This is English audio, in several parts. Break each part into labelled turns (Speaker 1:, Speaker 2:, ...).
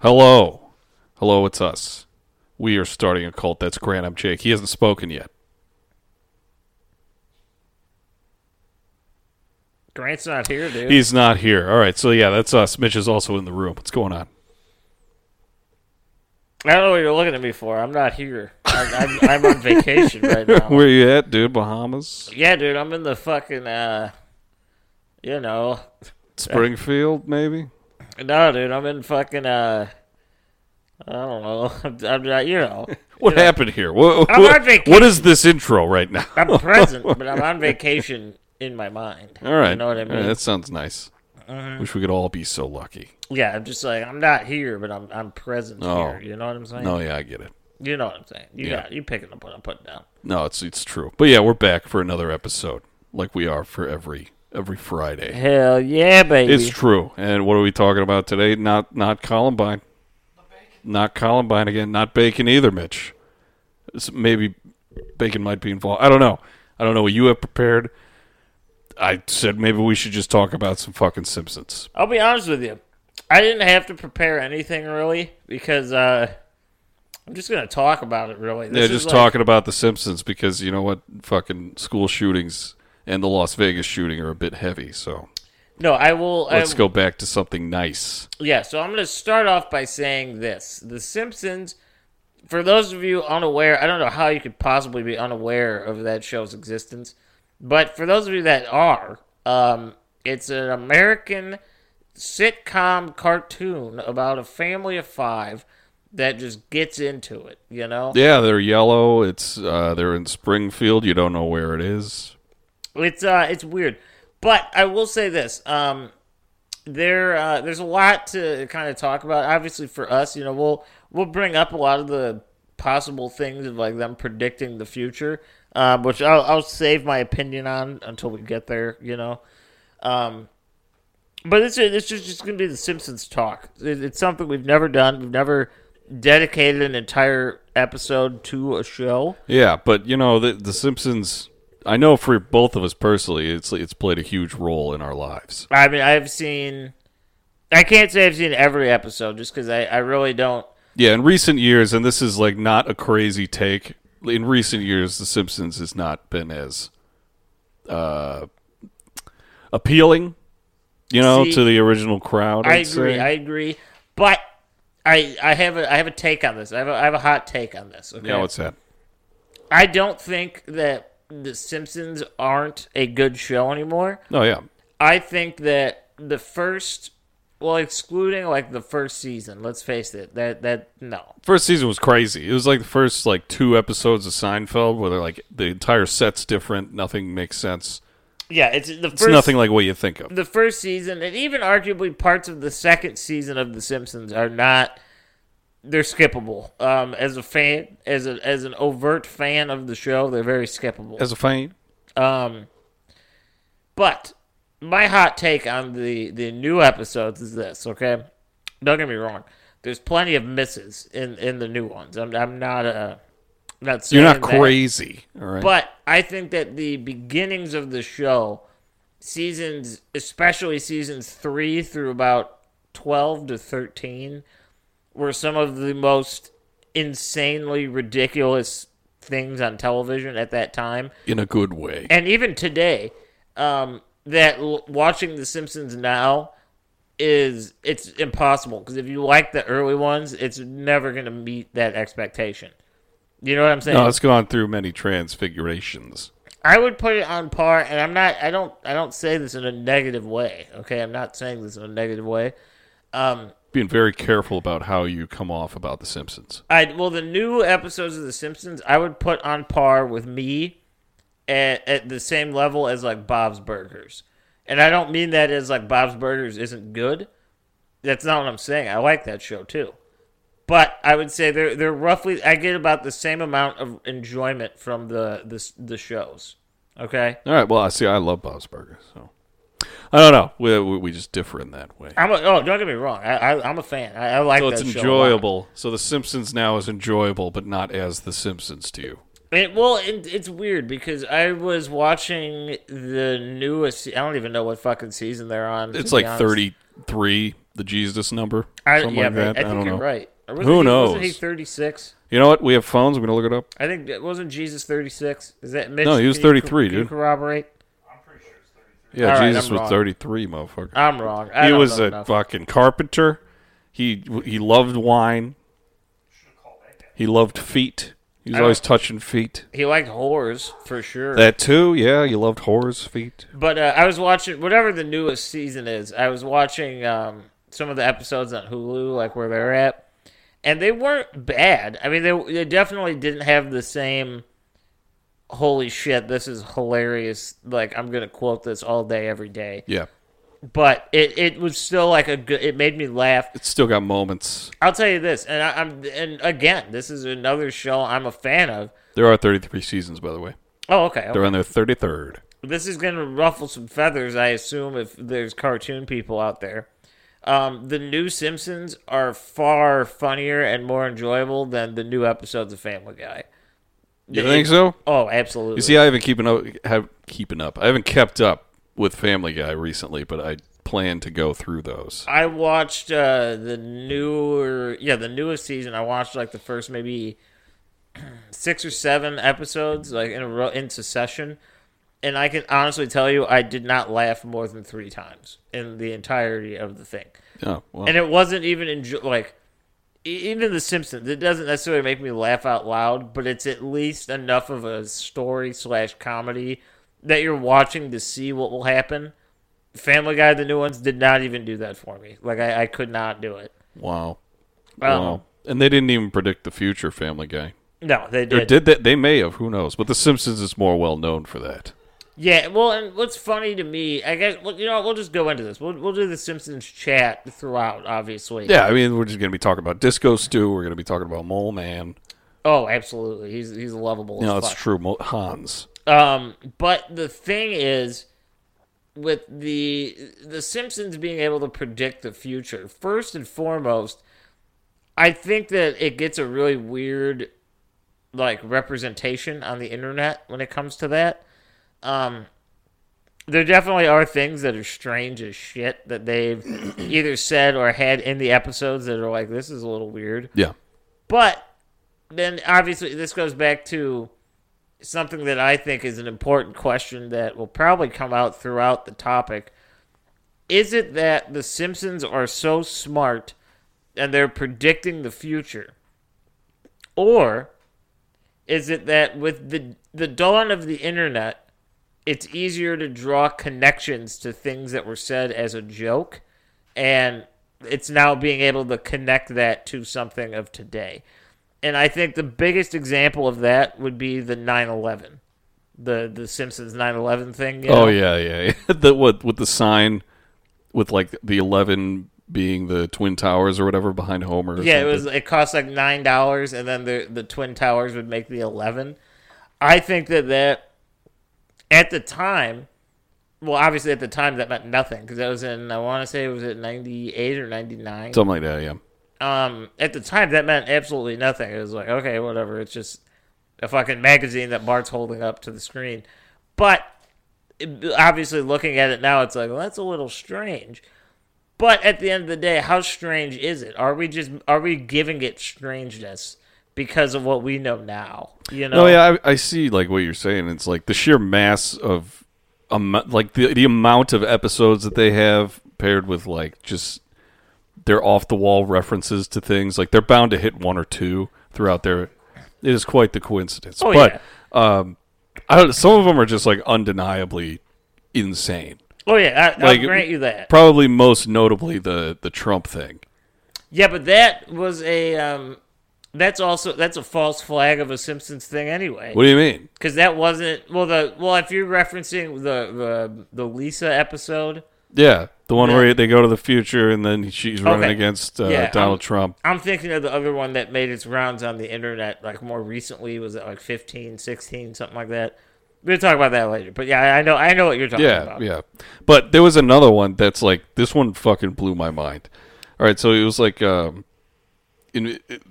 Speaker 1: Hello. Hello, it's us. We are starting a cult. That's Grant. I'm Jake. He hasn't spoken yet.
Speaker 2: Grant's not here, dude.
Speaker 1: He's not here. All right. So, yeah, that's us. Mitch is also in the room. What's going on?
Speaker 2: I don't know what you're looking at me for. I'm not here. I'm, I'm, I'm on vacation right now.
Speaker 1: Where you at, dude? Bahamas?
Speaker 2: Yeah, dude, I'm in the fucking, uh, you know.
Speaker 1: Springfield, maybe?
Speaker 2: No, dude, I'm in fucking, uh, I don't know. I'm, I'm not, you know.
Speaker 1: What happened here? What,
Speaker 2: I'm
Speaker 1: what-
Speaker 2: on vacation.
Speaker 1: what is this intro right now?
Speaker 2: I'm present, but I'm on vacation in my mind.
Speaker 1: All right.
Speaker 2: You know what I
Speaker 1: All right,
Speaker 2: mean? Uh-huh.
Speaker 1: that sounds nice. Wish we could all be so lucky.
Speaker 2: yeah, I'm just like, I'm not here, but I'm I'm present
Speaker 1: Oh.
Speaker 2: here. You know what I'm saying?
Speaker 1: No, yeah, I get it.
Speaker 2: You know what I'm saying? You
Speaker 1: Yeah.
Speaker 2: got you picking up what I'm putting down.
Speaker 1: No, it's it's true. But yeah, we're back for another episode, like we are for every every Friday.
Speaker 2: Hell yeah, baby.
Speaker 1: It's true. And what are we talking about today? Not not Columbine. Not Columbine again. Not bacon either, Mitch. It's- maybe bacon might be involved. I don't know. I don't know what you have prepared. I said maybe we should just talk about some fucking Simpsons.
Speaker 2: I'll be honest with you. I didn't have to prepare anything really because uh, I'm just gonna talk about it really.
Speaker 1: Yeah,
Speaker 2: This is
Speaker 1: just
Speaker 2: like-
Speaker 1: talking about the Simpsons because you know what? Fucking school shootings and the Las Vegas shooting are a bit heavy. So
Speaker 2: No, I will.
Speaker 1: let's
Speaker 2: I,
Speaker 1: go back to something nice.
Speaker 2: Yeah, so I'm gonna start off by saying this: The Simpsons. For those of you unaware, I don't know how you could possibly be unaware of that show's existence, but for those of you that are, um, it's an American sitcom cartoon about a family of five that just gets into it. You know,
Speaker 1: Yeah, they're yellow. It's uh, they're in Springfield. You don't know where it is.
Speaker 2: It's uh, it's weird, but I will say this. Um, there, uh, there's a lot to kind of talk about. Obviously, for us, you know, we'll we'll bring up a lot of the possible things of like them predicting the future, uh, which I'll, I'll save my opinion on until we get there. You know, um, but this is this is just going to be the Simpsons talk. It, it's something we've never done. We've never dedicated an entire episode to a show.
Speaker 1: Yeah, but you know the the Simpsons. I know for both of us personally, it's it's played a huge role in our lives.
Speaker 2: I mean, I've seen. I can't say I've seen every episode just because I, I really don't.
Speaker 1: Yeah, in recent years, and this is like not a crazy take. In recent years, The Simpsons has not been as uh, appealing, you know,
Speaker 2: See,
Speaker 1: to the original crowd.
Speaker 2: I
Speaker 1: I'd
Speaker 2: agree.
Speaker 1: say.
Speaker 2: I agree. But I I have a I have a take on this. I have a, I have a hot take on this. Okay.
Speaker 1: yeah, what's that?
Speaker 2: I don't think that the Simpsons aren't a good show anymore.
Speaker 1: Oh yeah,
Speaker 2: I think that the first, well, excluding like the first season. Let's face it. That that no.
Speaker 1: first season was crazy. It was like the first like two episodes of Seinfeld where they're like the entire set's different, nothing makes sense.
Speaker 2: Yeah, it's the first.
Speaker 1: It's nothing like what you think of.
Speaker 2: the first season and even arguably parts of the second season of The Simpsons are not they're skippable. Um, as a fan, as a as an overt fan of the show, they're very skippable.
Speaker 1: As a fan,
Speaker 2: Um, but my hot take on the the new episodes is this. Okay, don't get me wrong. There's plenty of misses in in the new ones. I'm I'm not uh not saying
Speaker 1: you're not
Speaker 2: that.
Speaker 1: crazy, all right?
Speaker 2: But I think that the beginnings of the show seasons, especially seasons three through about 12 to 13, were some of the most insanely ridiculous things on television at that time.
Speaker 1: in a good way.
Speaker 2: And even today, um, that l- watching The Simpsons now is it's impossible because if you like the early ones, it's never going to meet that expectation. You know what I'm saying?
Speaker 1: No, it's gone through many transfigurations.
Speaker 2: I would put it on par, and I'm not. I don't. I don't say this in a negative way. Okay, I'm not saying this in a negative way. Um,
Speaker 1: Being very careful about how you come off about The Simpsons.
Speaker 2: I well, the new episodes of The Simpsons, I would put on par with me, at, at the same level as like Bob's Burgers, and I don't mean that as like Bob's Burgers isn't good. That's not what I'm saying. I like that show too, but I would say they're they're roughly. I get about the same amount of enjoyment from the the the shows. Okay.
Speaker 1: All right. Well, I see. I love Bob's Burgers. So I don't know. We, we, we just differ in that way.
Speaker 2: I'm a, oh, don't get me wrong. I, I I'm a fan. I, I like.
Speaker 1: So
Speaker 2: that
Speaker 1: it's
Speaker 2: show a lot.
Speaker 1: enjoyable. So The Simpsons now is enjoyable, but not as The Simpsons to you.
Speaker 2: It, well, it, it's weird because I was watching the newest. se- I don't even know what fucking season they're on. to
Speaker 1: It's
Speaker 2: be
Speaker 1: like
Speaker 2: honest.
Speaker 1: 33, the Jesus number.
Speaker 2: I,
Speaker 1: something
Speaker 2: yeah,
Speaker 1: like
Speaker 2: man,
Speaker 1: that.
Speaker 2: I think
Speaker 1: don't
Speaker 2: you're
Speaker 1: know.
Speaker 2: right. Or was
Speaker 1: Who
Speaker 2: it- Wasn't
Speaker 1: knows?
Speaker 2: he 36?
Speaker 1: You know what? We have phones. We're going to look it up.
Speaker 2: I think it wasn't Jesus 36. Is that Mitch?
Speaker 1: No, he was
Speaker 2: can you co-
Speaker 1: 33,
Speaker 2: can you
Speaker 1: dude.
Speaker 2: corroborate?
Speaker 1: Yeah,
Speaker 2: All right,
Speaker 1: Jesus
Speaker 2: I'm
Speaker 1: was
Speaker 2: wrong.
Speaker 1: 33, motherfucker.
Speaker 2: I'm wrong. I
Speaker 1: he
Speaker 2: don't
Speaker 1: was
Speaker 2: know
Speaker 1: a
Speaker 2: enough.
Speaker 1: fucking carpenter. He he loved wine. He loved feet. He was
Speaker 2: I
Speaker 1: always
Speaker 2: don't-
Speaker 1: touching feet.
Speaker 2: He liked whores for sure.
Speaker 1: That too, yeah. He loved whores' feet.
Speaker 2: But uh, I was watching whatever the newest season is. I was watching um, some of the episodes on Hulu, like where they're at, and they weren't bad. I mean, they they definitely didn't have the same. Holy shit! This is hilarious. Like I'm gonna quote this all day, every day.
Speaker 1: Yeah,
Speaker 2: But it, it was still like a good. It made me laugh.
Speaker 1: it's still got moments.
Speaker 2: I'll tell you this, and I, I'm and again, this is another show I'm a fan of.
Speaker 1: There are 33 seasons, by the way.
Speaker 2: Oh, okay. okay.
Speaker 1: They're on their 33rd.
Speaker 2: this is going to ruffle some feathers, I assume, if there's cartoon people out there. Um, the new Simpsons are far funnier and more enjoyable than the new episodes of Family Guy.
Speaker 1: You think so?
Speaker 2: Oh, absolutely.
Speaker 1: You see, I haven't keeping up. Have keeping up. I haven't kept up with Family Guy recently, but I plan to go through those.
Speaker 2: I watched uh, the newer, yeah, the newest season. I watched like the first maybe six or seven episodes, like in a row, in succession, and I can honestly tell you, I did not laugh more than three times in the entirety of the thing.
Speaker 1: Oh, well,
Speaker 2: and it wasn't even enjoy- like e- even the simpsons it doesn't necessarily make me laugh out loud but it's at least enough of a story slash comedy that you're watching to see what will happen family guy the new ones did not even do that for me like i, I could not do it
Speaker 1: wow,
Speaker 2: um,
Speaker 1: wow. And they didn't even predict the future, Family Guy.
Speaker 2: no they
Speaker 1: Or
Speaker 2: did
Speaker 1: did that? They may have. Who knows? But The Simpsons is more well known for that.
Speaker 2: yeah well and what's funny to me i guess well, you know what, we'll just go into this we'll, we'll do the simpsons chat throughout obviously
Speaker 1: Yeah, I mean, we're just going to be talking about Disco Stew. We're going to be talking about Mole Man.
Speaker 2: oh absolutely he's he's lovable
Speaker 1: You
Speaker 2: as
Speaker 1: know, it's
Speaker 2: fuck.
Speaker 1: true. Mo- Hans.
Speaker 2: Um, but the thing is, with the the Simpsons being able to predict the future, first and foremost, I think that it gets a really weird like representation on the internet when it comes to that. Um, there definitely are things that are strange as shit that they've either said or had in the episodes that are like, this is a little weird.
Speaker 1: Yeah.
Speaker 2: But then obviously this goes back to something that I think is an important question that will probably come out throughout the topic. Is it that the Simpsons are so smart and they're predicting the future? Or is it that with the the dawn of the internet, it's easier to draw connections to things that were said as a joke and it's now being able to connect that to something of today. And I think the biggest example of that would be the 9/11. The the Simpsons 9/11 thing. you
Speaker 1: Oh
Speaker 2: know?
Speaker 1: yeah, yeah. yeah. the what with the sign with like the eleven being the twin towers or whatever behind Homer. or
Speaker 2: Yeah,
Speaker 1: something.
Speaker 2: it was. uh, It cost like nine dollars, and then the the twin towers would make the eleven. I think that that at the time, well, obviously at the time that meant nothing because that was in I want to say it was at ninety eight or ninety nine.
Speaker 1: something like that. Yeah.
Speaker 2: Um, at the time that meant absolutely nothing. It was like okay, whatever. It's just a fucking magazine that Bart's holding up to the screen, but obviously looking at it now, it's like, well, that's a little strange. But at the end of the day, how strange is it? Are we just are we giving it strangeness because of what we know now? You know,
Speaker 1: No, Oh, yeah, I, I see like what you're saying. It's like the sheer mass of, um, like the the amount of episodes that they have paired with like just their off the wall references to things. Like they're bound to hit one or two throughout their. It is quite the coincidence.
Speaker 2: Oh,
Speaker 1: but um, I don't. Some of them are just like undeniably insane.
Speaker 2: oh yeah, I,
Speaker 1: Like,
Speaker 2: I'll grant you that.
Speaker 1: Probably most notably the the Trump thing.
Speaker 2: Yeah, but that was a um, that's also that's a false flag of a Simpsons thing anyway.
Speaker 1: What do you mean?
Speaker 2: Because that wasn't well the well if you're referencing the the, the Lisa episode,
Speaker 1: Yeah, the one where they go to the future and then she's running
Speaker 2: Okay.
Speaker 1: against uh,
Speaker 2: Yeah,
Speaker 1: Donald
Speaker 2: I'm-
Speaker 1: Trump.
Speaker 2: I'm thinking of the other one that made its rounds on the internet like more recently was it like 15, 16, something like that. We'll talk about that later. But yeah, I know I know what you're talking
Speaker 1: Yeah,
Speaker 2: about.
Speaker 1: yeah. But there was another one that's like this one fucking blew my mind. All right, so it was like um, in, it-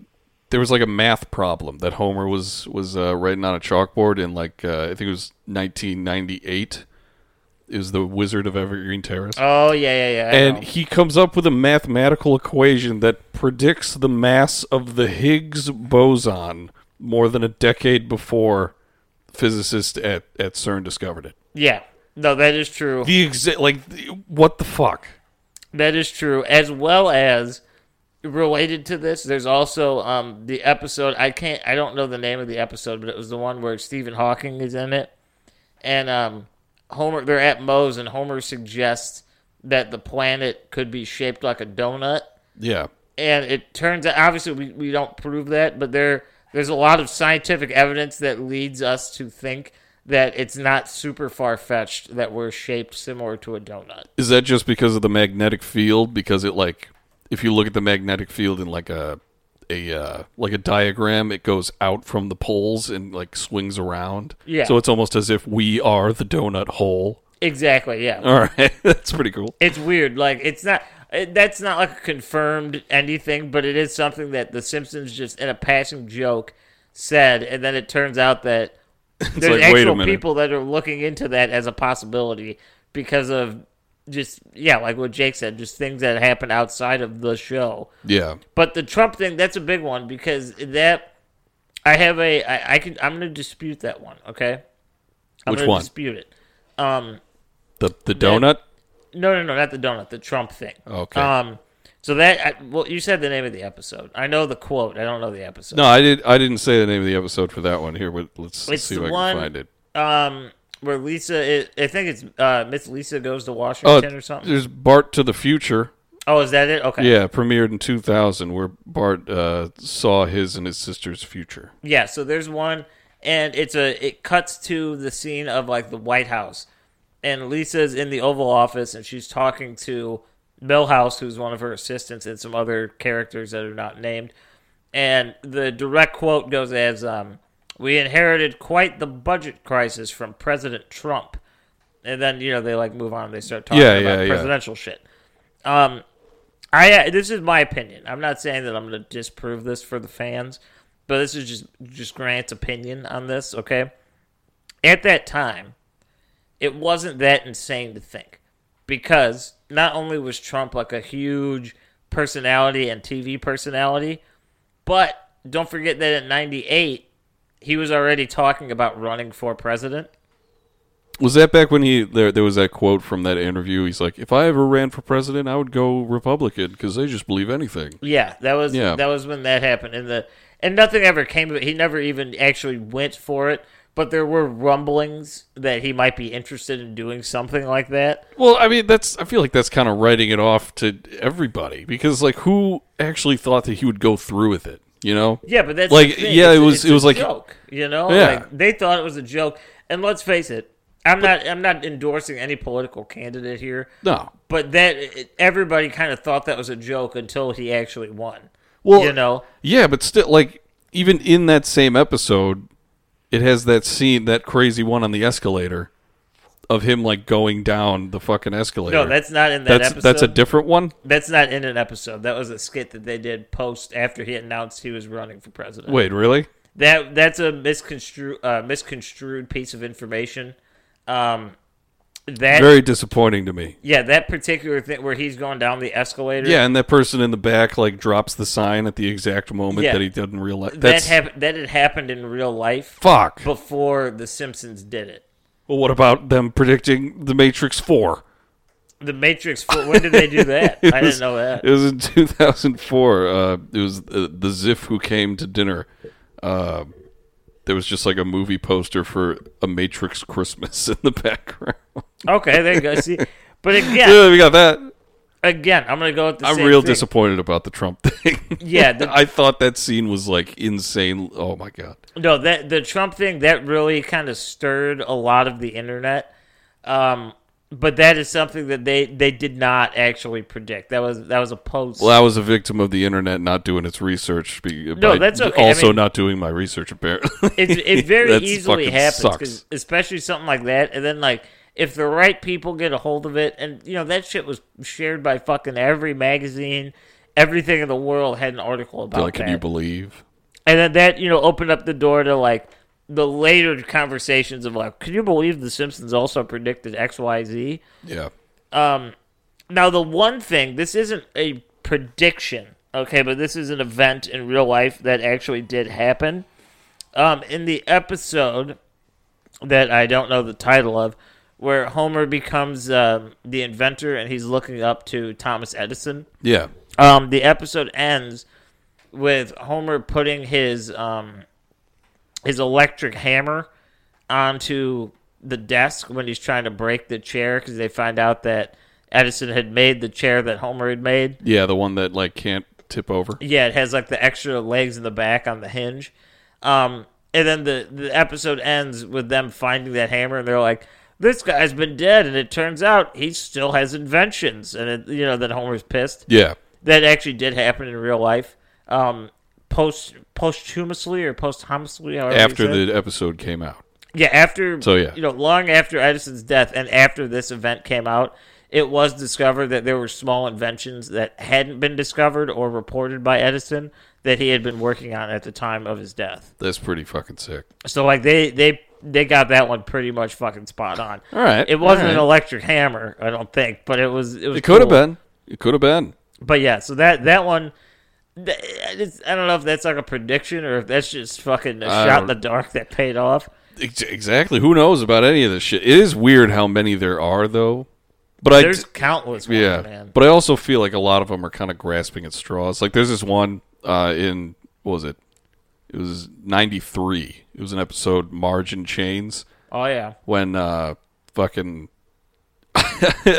Speaker 1: there was like a math problem that Homer was was uh, writing on a chalkboard in like uh, I think it was 1998. It was the Wizard of Evergreen Terrace,
Speaker 2: Oh yeah, yeah, yeah. I
Speaker 1: and
Speaker 2: know.
Speaker 1: he comes up with a mathematical equation that predicts the mass of the Higgs boson more than a decade before physicists at at CERN discovered it.
Speaker 2: yeah. No, that is true.
Speaker 1: The exact like the- what the fuck?
Speaker 2: That is true. As well as related to this, there's also um, the episode. I can't. I don't know the name of the episode, but it was the one where Stephen Hawking is in it, and um, Homer. They're at Moe's, and Homer suggests that the planet could be shaped like a donut.
Speaker 1: Yeah,
Speaker 2: And it turns out, obviously, we, we don't prove that, but there there's a lot of scientific evidence that leads us to think that it's not super far fetched that we're shaped similar to a donut.
Speaker 1: is that just because of the magnetic field? Because it like if you look at the magnetic field in like a a uh, like a diagram, it goes out from the poles and like swings around.
Speaker 2: Yeah.
Speaker 1: So it's almost as if we are the donut hole.
Speaker 2: Exactly. Yeah.
Speaker 1: All right, that's pretty cool.
Speaker 2: it's weird. Like it's not. It, that's not like a confirmed anything, but it is something that The Simpsons just in a passing joke said, and then it turns out that there's
Speaker 1: like, wait a
Speaker 2: actual
Speaker 1: minute.
Speaker 2: people that are looking into that as a possibility because of just yeah, like what Jake said, just things that happen outside of the show.
Speaker 1: Yeah,
Speaker 2: But the Trump thing, that's a big one because that I have a I, I can I'm gonna dispute that one. Okay, I'm
Speaker 1: Which
Speaker 2: gonna
Speaker 1: one?
Speaker 2: Dispute it. Um,
Speaker 1: the the donut.
Speaker 2: no, no, no, not the donut, the Trump thing.
Speaker 1: Okay.
Speaker 2: Um, so that I, well, you said the name of the episode. I know the quote. I don't know the episode.
Speaker 1: No, I did. I didn't say the name of the episode for that one here, but let's
Speaker 2: It's
Speaker 1: see if
Speaker 2: the
Speaker 1: I can
Speaker 2: one-
Speaker 1: find it.
Speaker 2: Um, where Lisa, is, I think it's uh, Miss Lisa goes to
Speaker 1: Oh,
Speaker 2: Washington or something.
Speaker 1: there's Bart to the future.
Speaker 2: Oh, is that it? Okay.
Speaker 1: Yeah, premiered in 2000, where Bart uh, saw his and his sister's future.
Speaker 2: Yeah, so there's one, and it's a it cuts to the scene of like the White House, and Lisa's in the Oval Office, and she's talking to Millhouse, who's one of her assistants, and some other characters that are not named. And the direct quote goes as, um, "We inherited quite the budget crisis from President Trump," and then you know they like move on, and they start talking
Speaker 1: Yeah,
Speaker 2: about
Speaker 1: yeah, yeah.
Speaker 2: presidential shit. Um, I uh, this is my opinion. I'm not saying that I'm going to disprove this for the fans, but this is just just Grant's opinion on this. Okay, at that time, it wasn't that insane to think because not only was Trump like a huge personality and TV personality, but don't forget that at '98 he was already talking about running for president.
Speaker 1: Was that back when he there? There was that quote from that interview. He's like, "If I ever ran for president, I would go Republican because they just believe anything."
Speaker 2: Yeah, that was
Speaker 1: Yeah.
Speaker 2: that was when that happened, and the and nothing ever came of it. He never even actually went for it, but there were rumblings that he might be interested in doing something like that.
Speaker 1: Well, I mean, that's I feel like that's kind of writing it off to everybody because like who actually thought that he would go through with it? You know?
Speaker 2: Yeah, but that's
Speaker 1: Like,
Speaker 2: the thing.
Speaker 1: yeah,
Speaker 2: It's-
Speaker 1: it was-
Speaker 2: it's
Speaker 1: it was
Speaker 2: a
Speaker 1: like-
Speaker 2: joke, you know.
Speaker 1: Yeah.
Speaker 2: Like, they thought it was a joke, and let's face it, I'm not I'm not endorsing any political candidate here,
Speaker 1: No.
Speaker 2: but that it, everybody kind of thought that was a joke until he actually won.
Speaker 1: Well,
Speaker 2: you know,
Speaker 1: Yeah, but still, like even in that same episode, it has that scene, that crazy one on the escalator, of him like going down the fucking escalator.
Speaker 2: no, that's not in that
Speaker 1: that's
Speaker 2: episode.
Speaker 1: that's a different one.
Speaker 2: That's not in an episode. That was a skit that they did post after he announced he was running for president.
Speaker 1: Wait, really?
Speaker 2: That that's a misconstrued uh, misconstrued piece of information. Um, That
Speaker 1: Very disappointing to me.
Speaker 2: yeah, that particular thing where he's going down the escalator.
Speaker 1: Yeah, and that person in the back like drops the sign at the exact moment
Speaker 2: Yeah.
Speaker 1: that he didn't realize.
Speaker 2: that
Speaker 1: That's
Speaker 2: happened. That had happened in real life
Speaker 1: fuck.
Speaker 2: before the Simpsons did it.
Speaker 1: Well, what about them predicting the Matrix Four?
Speaker 2: The Matrix. Four, when did they do that? I didn't know that.
Speaker 1: It was in 2004. Uh, it was uh, the Ziff who came to dinner. Uh, there was just like a movie poster for a Matrix Christmas in the background.
Speaker 2: Okay, there you go. See, but again,
Speaker 1: yeah, we got that.
Speaker 2: again, I'm gonna go with the.
Speaker 1: I'm
Speaker 2: same
Speaker 1: real
Speaker 2: thing.
Speaker 1: disappointed about the Trump thing.
Speaker 2: Yeah, the-
Speaker 1: I thought that scene was like insane. Oh my god.
Speaker 2: No, that the Trump thing that really kind of stirred a lot of the internet. Um, but that is something that they they did not actually predict. That was that was a post.
Speaker 1: Well, I was a victim of the internet not doing its research. Be,
Speaker 2: No,
Speaker 1: by
Speaker 2: that's okay. I
Speaker 1: Also,
Speaker 2: mean-
Speaker 1: not doing my research apparently.
Speaker 2: it, it very
Speaker 1: That's
Speaker 2: easily
Speaker 1: fucking
Speaker 2: happens,
Speaker 1: sucks.
Speaker 2: 'cause especially something like that. And then like if the right people get a hold of it, and you know that shit was shared by fucking every magazine, everything in the world had an article about
Speaker 1: like, can
Speaker 2: that.
Speaker 1: you believe?
Speaker 2: and then that you know opened up the door to like the later conversations of like, can you believe the Simpsons also predicted X Y Z?
Speaker 1: Yeah.
Speaker 2: Now, the one thing, this isn't a prediction, okay, but this is an event in real life that actually did happen. Um, in the episode that I don't know the title of, where Homer becomes um, the inventor and he's looking up to Thomas Edison,
Speaker 1: Yeah.
Speaker 2: um, the episode ends with Homer putting his um, his electric hammer onto the desk when he's trying to break the chair because they find out that Edison had made the chair that Homer had made.
Speaker 1: Yeah. The one that like can't tip over.
Speaker 2: Yeah, it has like the extra legs in the back on the hinge. Um, and then the, the episode ends with them finding that hammer, and they're like, "This guy's been dead," and it turns out he still has inventions. And it, you know that Homer's pissed
Speaker 1: Yeah.
Speaker 2: that actually did happen in real life. Um, post posthumously or posthumously, however you
Speaker 1: After
Speaker 2: say it.
Speaker 1: the episode came out.
Speaker 2: yeah after
Speaker 1: So, yeah.
Speaker 2: you know long after Edison's death and after this event came out, it was discovered that there were small inventions that hadn't been discovered or reported by Edison that he had been working on at the time of his death.
Speaker 1: That's pretty fucking sick.
Speaker 2: So like they they they got that one pretty much fucking spot on.
Speaker 1: All right,
Speaker 2: it wasn't
Speaker 1: all
Speaker 2: an
Speaker 1: right.
Speaker 2: electric hammer, I don't think, but it was it was
Speaker 1: It could have
Speaker 2: cool
Speaker 1: been. It could have been.
Speaker 2: but yeah, so that that one, th- it's, I don't know if that's like a prediction or if that's just fucking a
Speaker 1: I
Speaker 2: shot
Speaker 1: don't-
Speaker 2: in the dark that paid off.
Speaker 1: Ex- Exactly. Who knows about any of this shit? It is weird how many there are, though. But I,
Speaker 2: There's countless, ones,
Speaker 1: yeah.
Speaker 2: man.
Speaker 1: But I also feel like a lot of them are kind of grasping at straws. Like there's this one uh, in what was it? It was '93. It was an episode Margin Chains
Speaker 2: Oh yeah,
Speaker 1: when uh, fucking. I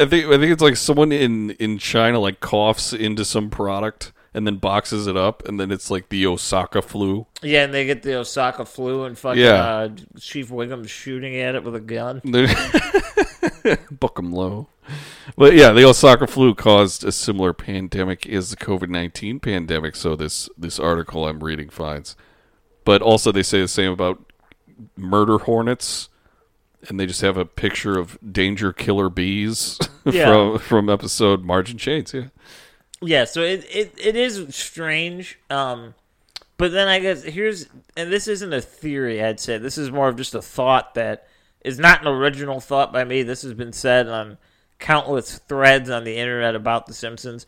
Speaker 1: think I think it's like someone in in China like coughs into some product and then boxes it up and then it's like the Osaka flu.
Speaker 2: yeah, and they get the Osaka flu and fucking
Speaker 1: Yeah.
Speaker 2: uh, Chief Wiggum shooting at it with a gun.
Speaker 1: Book 'em low. But yeah, the Osaka flu caused a similar pandemic as the COVID nineteen pandemic. So this this article I'm reading finds, but also they say the same about murder hornets, and they just have a picture of danger killer bees
Speaker 2: Yeah.
Speaker 1: from from episode Margin Chains. Yeah,
Speaker 2: Yeah, so it, it, it is strange. Um, but then I guess here's, and this isn't a theory, I'd say. This is more of just a thought that is not an original thought by me. This has been said on countless threads on the internet about The Simpsons.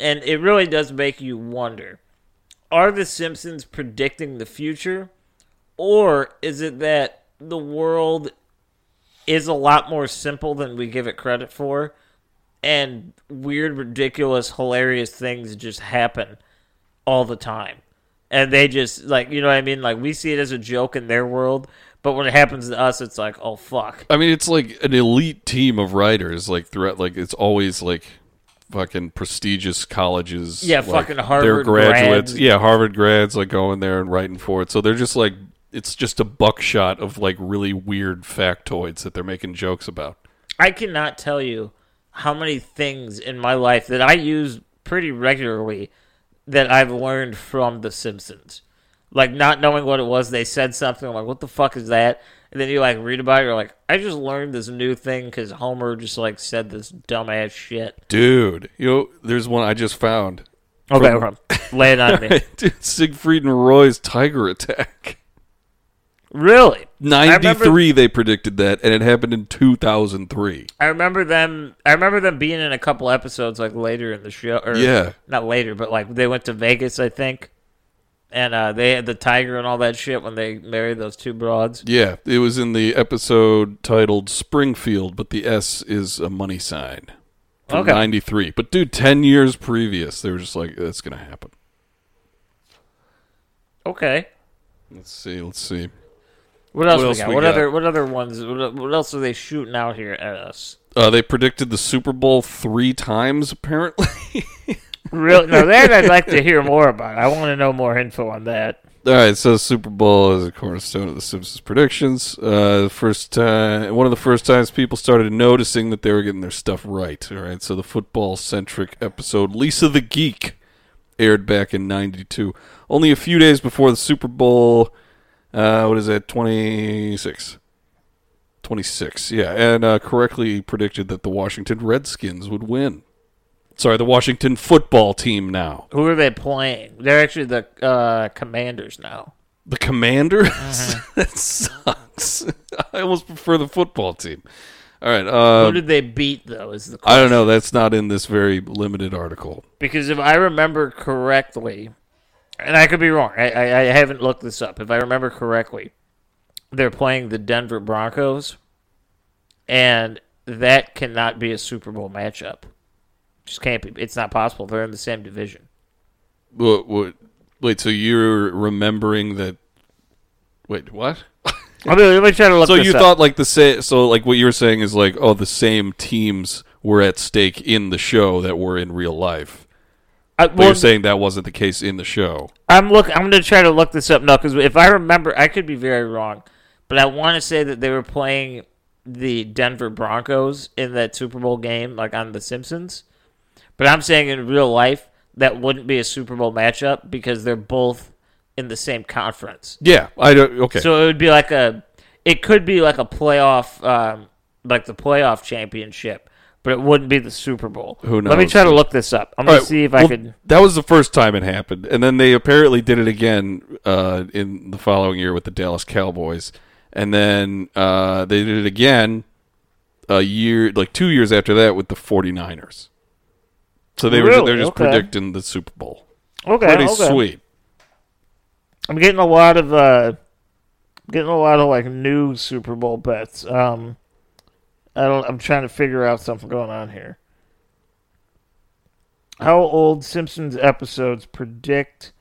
Speaker 2: And it really does make you wonder are The Simpsons predicting the future? Or is it that the world is a lot more simple than we give it credit for? and weird, ridiculous, hilarious things just happen all the time. And they just like you know what I mean? Like we see it as a joke in their world, but when it happens to us it's like, oh fuck.
Speaker 1: I mean it's like an elite team of writers. Like throughout, like it's always like fucking prestigious colleges.
Speaker 2: Yeah,
Speaker 1: like,
Speaker 2: fucking
Speaker 1: their
Speaker 2: Harvard grads.
Speaker 1: Yeah, Harvard grads like going there and writing for it. So they're just like it's just a buckshot of like really weird factoids that they're making jokes about.
Speaker 2: I cannot tell you how many things in my life that I use pretty regularly that I've learned from The Simpsons. Like not knowing what it was, they said something. I'm like, "What the fuck is that?" And then you like read about it. You're like, "I just learned this new thing because Homer just like said this dumbass shit."
Speaker 1: Dude, you know, there's one I just found.
Speaker 2: Okay, hold on. lay it on me.
Speaker 1: Dude, Siegfried and Roy's tiger attack.
Speaker 2: Really? I
Speaker 1: Ninety
Speaker 2: remember-
Speaker 1: three, they predicted that, and it happened in two thousand three.
Speaker 2: I remember them. I remember them being in a couple episodes like later in the show. Or
Speaker 1: Yeah.
Speaker 2: not later, but like they went to Vegas, I think, and uh, they had the tiger and all that shit when they married those two broads.
Speaker 1: Yeah, it was in the episode titled Springfield, but the S is a money sign. From
Speaker 2: Okay.
Speaker 1: 93. But dude, 10 years previous, they were just like, that's going to happen.
Speaker 2: Okay.
Speaker 1: Let's see, let's see.
Speaker 2: What else,
Speaker 1: What
Speaker 2: we
Speaker 1: else
Speaker 2: got?
Speaker 1: we
Speaker 2: what
Speaker 1: got?
Speaker 2: other what other ones? What, what else are they shooting out here at us?
Speaker 1: Uh, they predicted the Super Bowl three times, apparently.
Speaker 2: Really? No, that I'd like to hear more about. I want to know more info on that.
Speaker 1: All right, so Super Bowl is a cornerstone of the Simpsons predictions. Uh, the first time, one of the first times people started noticing that they were getting their stuff right. All right, so the football-centric episode "Lisa the Geek" aired back in '92, only a few days before the Super Bowl. Uh, what is that? Twenty-six. 26, yeah, and uh, correctly predicted that the Washington Redskins would win. Sorry, the Washington football team now.
Speaker 2: Who are they playing? They're actually the uh, Commanders now.
Speaker 1: The Commanders? that sucks. I almost prefer the football team. All right.
Speaker 2: Who
Speaker 1: Uh,
Speaker 2: did they beat though? Is the
Speaker 1: I don't know. That's not in this very limited article.
Speaker 2: because if I remember correctly, and I could be wrong, I, I, I haven't looked this up. If I remember correctly, they're playing the Denver Broncos, and that cannot be a Super Bowl matchup. Just can't be. It's not possible. They're in the same division.
Speaker 1: What, what, wait, so you're remembering that? Wait, what?
Speaker 2: I mean, let me try to look.
Speaker 1: So
Speaker 2: this
Speaker 1: you
Speaker 2: up.
Speaker 1: thought like the sa- so like what you were saying is like oh the same teams were at stake in the show that were in real life.
Speaker 2: I,
Speaker 1: But you're saying that wasn't the case in the show.
Speaker 2: I'm look. I'm gonna try to look this up now because if I remember, I could be very wrong, but I want to say that they were playing the Denver Broncos in that Super Bowl game, like on The Simpsons. But I'm saying in real life that wouldn't be a Super Bowl matchup because they're both in the same conference.
Speaker 1: Yeah, I don't. Okay,
Speaker 2: So it would be like a, it could be like a playoff, um, like the playoff championship, but it wouldn't be the Super Bowl.
Speaker 1: Who
Speaker 2: Let me
Speaker 1: knows?
Speaker 2: try to look this up. I'm gonna
Speaker 1: All right,
Speaker 2: see if I
Speaker 1: well,
Speaker 2: could.
Speaker 1: That was the first time it happened, and then they apparently did it again uh, in the following year with the Dallas Cowboys, and then uh, they did it again a year, like two years after that, with the 49ers. So they were
Speaker 2: Really?
Speaker 1: they're just
Speaker 2: Okay.
Speaker 1: predicting the Super Bowl.
Speaker 2: Okay,
Speaker 1: Pretty
Speaker 2: okay.
Speaker 1: sweet.
Speaker 2: I'm getting a lot of uh getting a lot of like new Super Bowl bets. Um I don't I'm trying to figure out something going on here. How old Simpsons episodes predict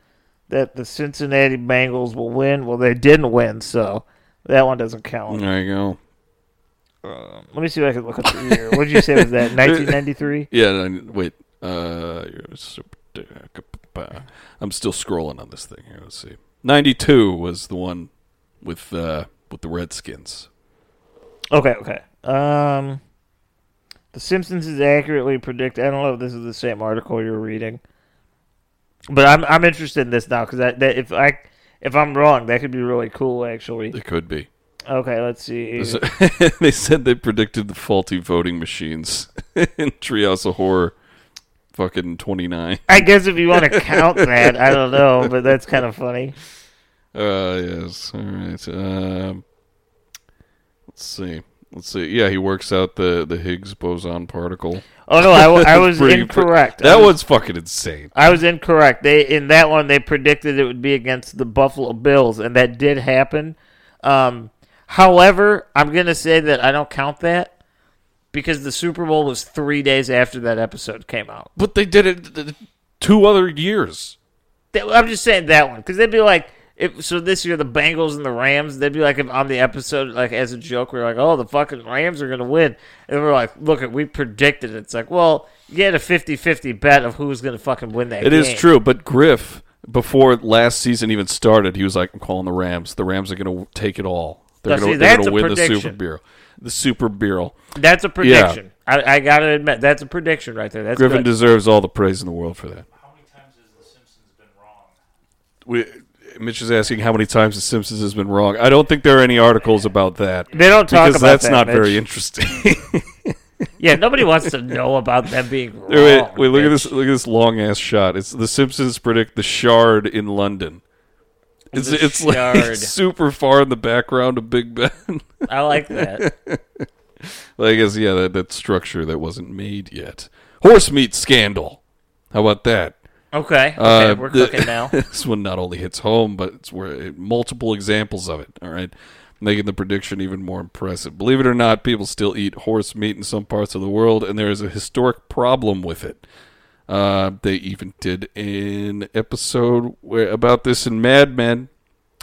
Speaker 2: that the Cincinnati Bengals will win? Well, they didn't win, so that one doesn't count.
Speaker 1: There you go.
Speaker 2: Let me see if I can look up the year. What did you say was that? 1993?
Speaker 1: Yeah. then- Wait. Uh, you're super- I'm still scrolling on this thing here. Let's see. 92 was the one with uh, with the Redskins.
Speaker 2: Okay, okay. Um, the Simpsons is accurately predict. I don't know if this is the same article you're reading, but I'm I'm interested in this now because that, that if I if I'm wrong, that could be really cool actually.
Speaker 1: It could be.
Speaker 2: Okay, let's see.
Speaker 1: So- they said they predicted the faulty voting machines in Treehouse of Horror fucking 29.
Speaker 2: I guess if you want to count that, I don't know, but that's kind of funny.
Speaker 1: Uh, yes. All right. Um, let's see. Let's see. Yeah, he works out the, the Higgs boson particle.
Speaker 2: Oh no, I, wa- I was
Speaker 1: Pretty-
Speaker 2: incorrect.
Speaker 1: That
Speaker 2: I was,
Speaker 1: was fucking insane.
Speaker 2: I was incorrect. They in that one they predicted it would be against the Buffalo Bills, and that did happen. Um, however, I'm gonna say that I don't count that because the Super Bowl was three days after that episode came out.
Speaker 1: But they did it th- th- two other years.
Speaker 2: That- I'm just saying that one because they'd be like, if so this year the Bengals and the Rams, they'd be like if on the episode like as a joke, we are like, oh the fucking Rams are gonna win, and we're like, look, we predicted it. It's like, well, you had a 50-50 bet of who's gonna fucking win that.
Speaker 1: It is
Speaker 2: game.
Speaker 1: true, but Griff, before last season even started, he was like, "I'm calling the Rams. The Rams are going to take it all. They're
Speaker 2: Now, see,
Speaker 1: going to
Speaker 2: that's a
Speaker 1: win the Super
Speaker 2: prediction.
Speaker 1: Bureau. The Super Bureau.
Speaker 2: That's a prediction. I, I gotta admit, that's a prediction right there. That's
Speaker 1: Griffin
Speaker 2: good.
Speaker 1: deserves all the praise in the world for that. We, Mitch is asking how many times The Simpsons has been wrong. I don't think there are any articles about that.
Speaker 2: They don't talk
Speaker 1: because
Speaker 2: about
Speaker 1: that's
Speaker 2: that,
Speaker 1: not very
Speaker 2: Mitch.
Speaker 1: interesting.
Speaker 2: yeah, nobody wants to know about them being wrong.
Speaker 1: wait, wait, look at
Speaker 2: bitch.
Speaker 1: this! Look at this long ass shot. It's The Simpsons predict the Shard in London, It's,
Speaker 2: The
Speaker 1: it's like
Speaker 2: shard.
Speaker 1: super far in the background of Big Ben.
Speaker 2: I like that.
Speaker 1: Well, I guess yeah, that, that structure that wasn't made yet. Horse meat scandal. How about that?
Speaker 2: Okay, okay,
Speaker 1: Uh,
Speaker 2: we're
Speaker 1: the-
Speaker 2: cooking now.
Speaker 1: this one not only hits home, but it's where it, multiple examples of it. All right, making the prediction even more impressive. Believe it or not, people still eat horse meat in some parts of the world, and there is a historic problem with it. Uh, they even did an episode where, about this in Mad Men,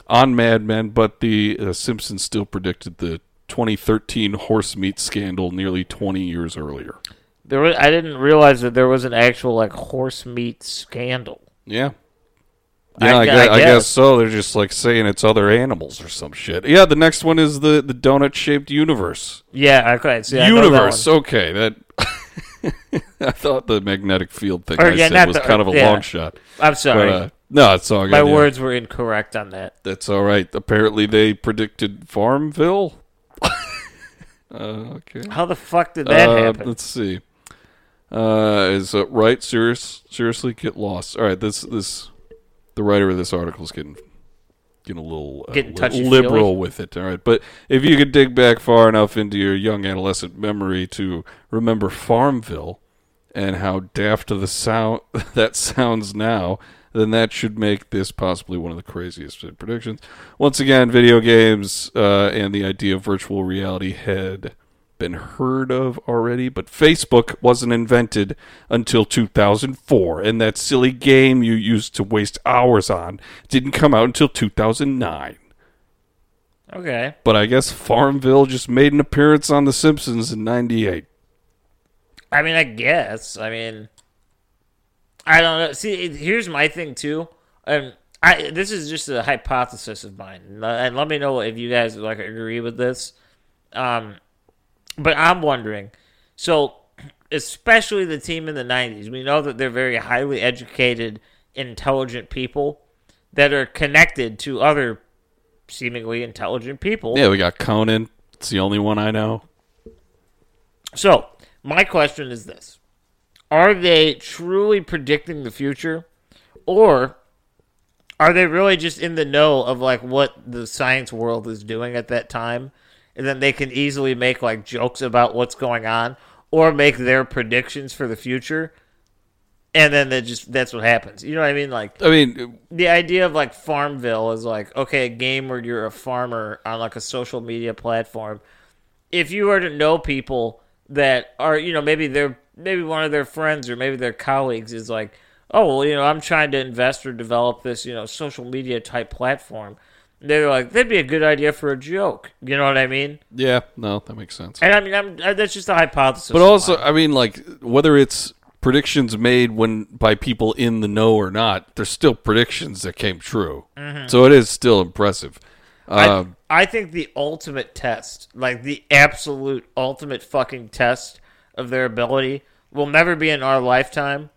Speaker 1: on Mad Men, but the uh, Simpsons still predicted the 2013 horse meat scandal nearly 20 years earlier.
Speaker 2: There was, I didn't realize that there was an actual like horse meat scandal.
Speaker 1: Yeah.
Speaker 2: I
Speaker 1: Yeah, I,
Speaker 2: gu-
Speaker 1: gue- I
Speaker 2: I
Speaker 1: guess.
Speaker 2: guess.
Speaker 1: so. They're just like saying it's other animals or some shit. Yeah, the next one is the, the donut shaped universe.
Speaker 2: Yeah, okay. See, I know that
Speaker 1: universe.
Speaker 2: one.
Speaker 1: okay, that I thought the magnetic field thing
Speaker 2: Or,
Speaker 1: I
Speaker 2: yeah,
Speaker 1: said
Speaker 2: not
Speaker 1: was
Speaker 2: the-
Speaker 1: kind of a
Speaker 2: yeah.
Speaker 1: long shot.
Speaker 2: I'm
Speaker 1: But,
Speaker 2: sorry,
Speaker 1: uh, no, it's all good.
Speaker 2: my
Speaker 1: yeah.
Speaker 2: words were incorrect on that.
Speaker 1: That's all right. Apparently, they predicted Farmville. uh, okay.
Speaker 2: How the fuck did that
Speaker 1: Uh,
Speaker 2: happen?
Speaker 1: Let's see. Uh, is uh, right? Serious, seriously, get lost. All right, this this the writer of this article is getting getting a little uh,
Speaker 2: Getting
Speaker 1: li-
Speaker 2: touchy-feely.
Speaker 1: liberal with it. All right, but if you could dig back far enough into your young adolescent memory to remember Farmville and how daft of the sound that sounds now, then that should make this possibly one of the craziest predictions. Once again, video games uh, and the idea of virtual reality had been heard of already, but Facebook wasn't invented until 2004, and that silly game you used to waste hours on didn't come out until 2009.
Speaker 2: okay,
Speaker 1: But I guess Farmville just made an appearance on The Simpsons in 98.
Speaker 2: I mean, I guess. I mean, I don't know. See, it- here's my thing too. Um, I this is just a hypothesis of mine, L- and let me know if you guys like agree with this. Um, but I'm wondering. So, especially the team in the '90s, we know that they're very highly educated, intelligent people that are connected to other seemingly intelligent people.
Speaker 1: Yeah, we got Conan. It's the only one I know.
Speaker 2: So, my question is this Are they truly predicting the future? Or are they really just in the know of like what the science world is doing at that time? And then they can easily make like jokes about what's going on or make their predictions for the future. And then they just that's what happens. You know what I mean? Like
Speaker 1: I mean,
Speaker 2: the idea of like Farmville is like okay, a game where you're a farmer on like a social media platform. If you were to know people that are, you know, maybe they're maybe one of their friends or maybe their colleagues is like, oh well, you know, I'm trying to invest or develop this, you know, social media type platform. They're like, that'd be a good idea for a joke. You know what I mean?
Speaker 1: yeah, no, that makes sense.
Speaker 2: And I mean, I'm uh, that's just a hypothesis.
Speaker 1: But
Speaker 2: of
Speaker 1: also,
Speaker 2: mine.
Speaker 1: I mean, like whether it's predictions made when by people in the know or not, there's still predictions that came true. So it is still impressive.
Speaker 2: Mm-hmm. I,
Speaker 1: Um,
Speaker 2: I think the ultimate test, like the absolute ultimate fucking test of their ability, will never be in our lifetime.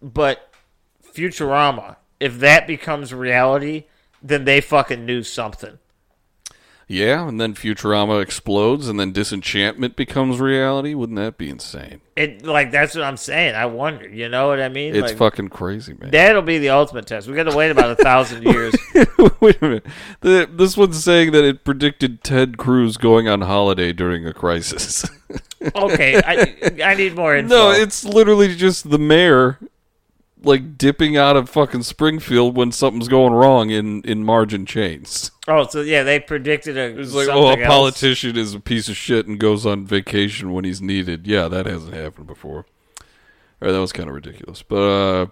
Speaker 2: But Futurama, if that becomes reality, then they fucking knew something.
Speaker 1: yeah, and then Futurama explodes, and then Disenchantment becomes reality. Wouldn't that be insane?
Speaker 2: It like that's what I'm saying. I wonder. You know what I mean?
Speaker 1: It's
Speaker 2: like,
Speaker 1: fucking crazy, man.
Speaker 2: That'll be the ultimate test. We got to wait about a thousand years.
Speaker 1: Wait a minute. The, this one's saying that it predicted Ted Cruz going on holiday during a crisis.
Speaker 2: Okay, I, I need more info.
Speaker 1: No, it's literally just the mayor like dipping out of fucking Springfield when something's going wrong in in margin chains.
Speaker 2: oh, so yeah, they predicted a.
Speaker 1: It's like, oh, a
Speaker 2: something else.
Speaker 1: politician is a piece of shit and goes on vacation when he's needed. Yeah, that hasn't happened before. Or that was kind of ridiculous. But uh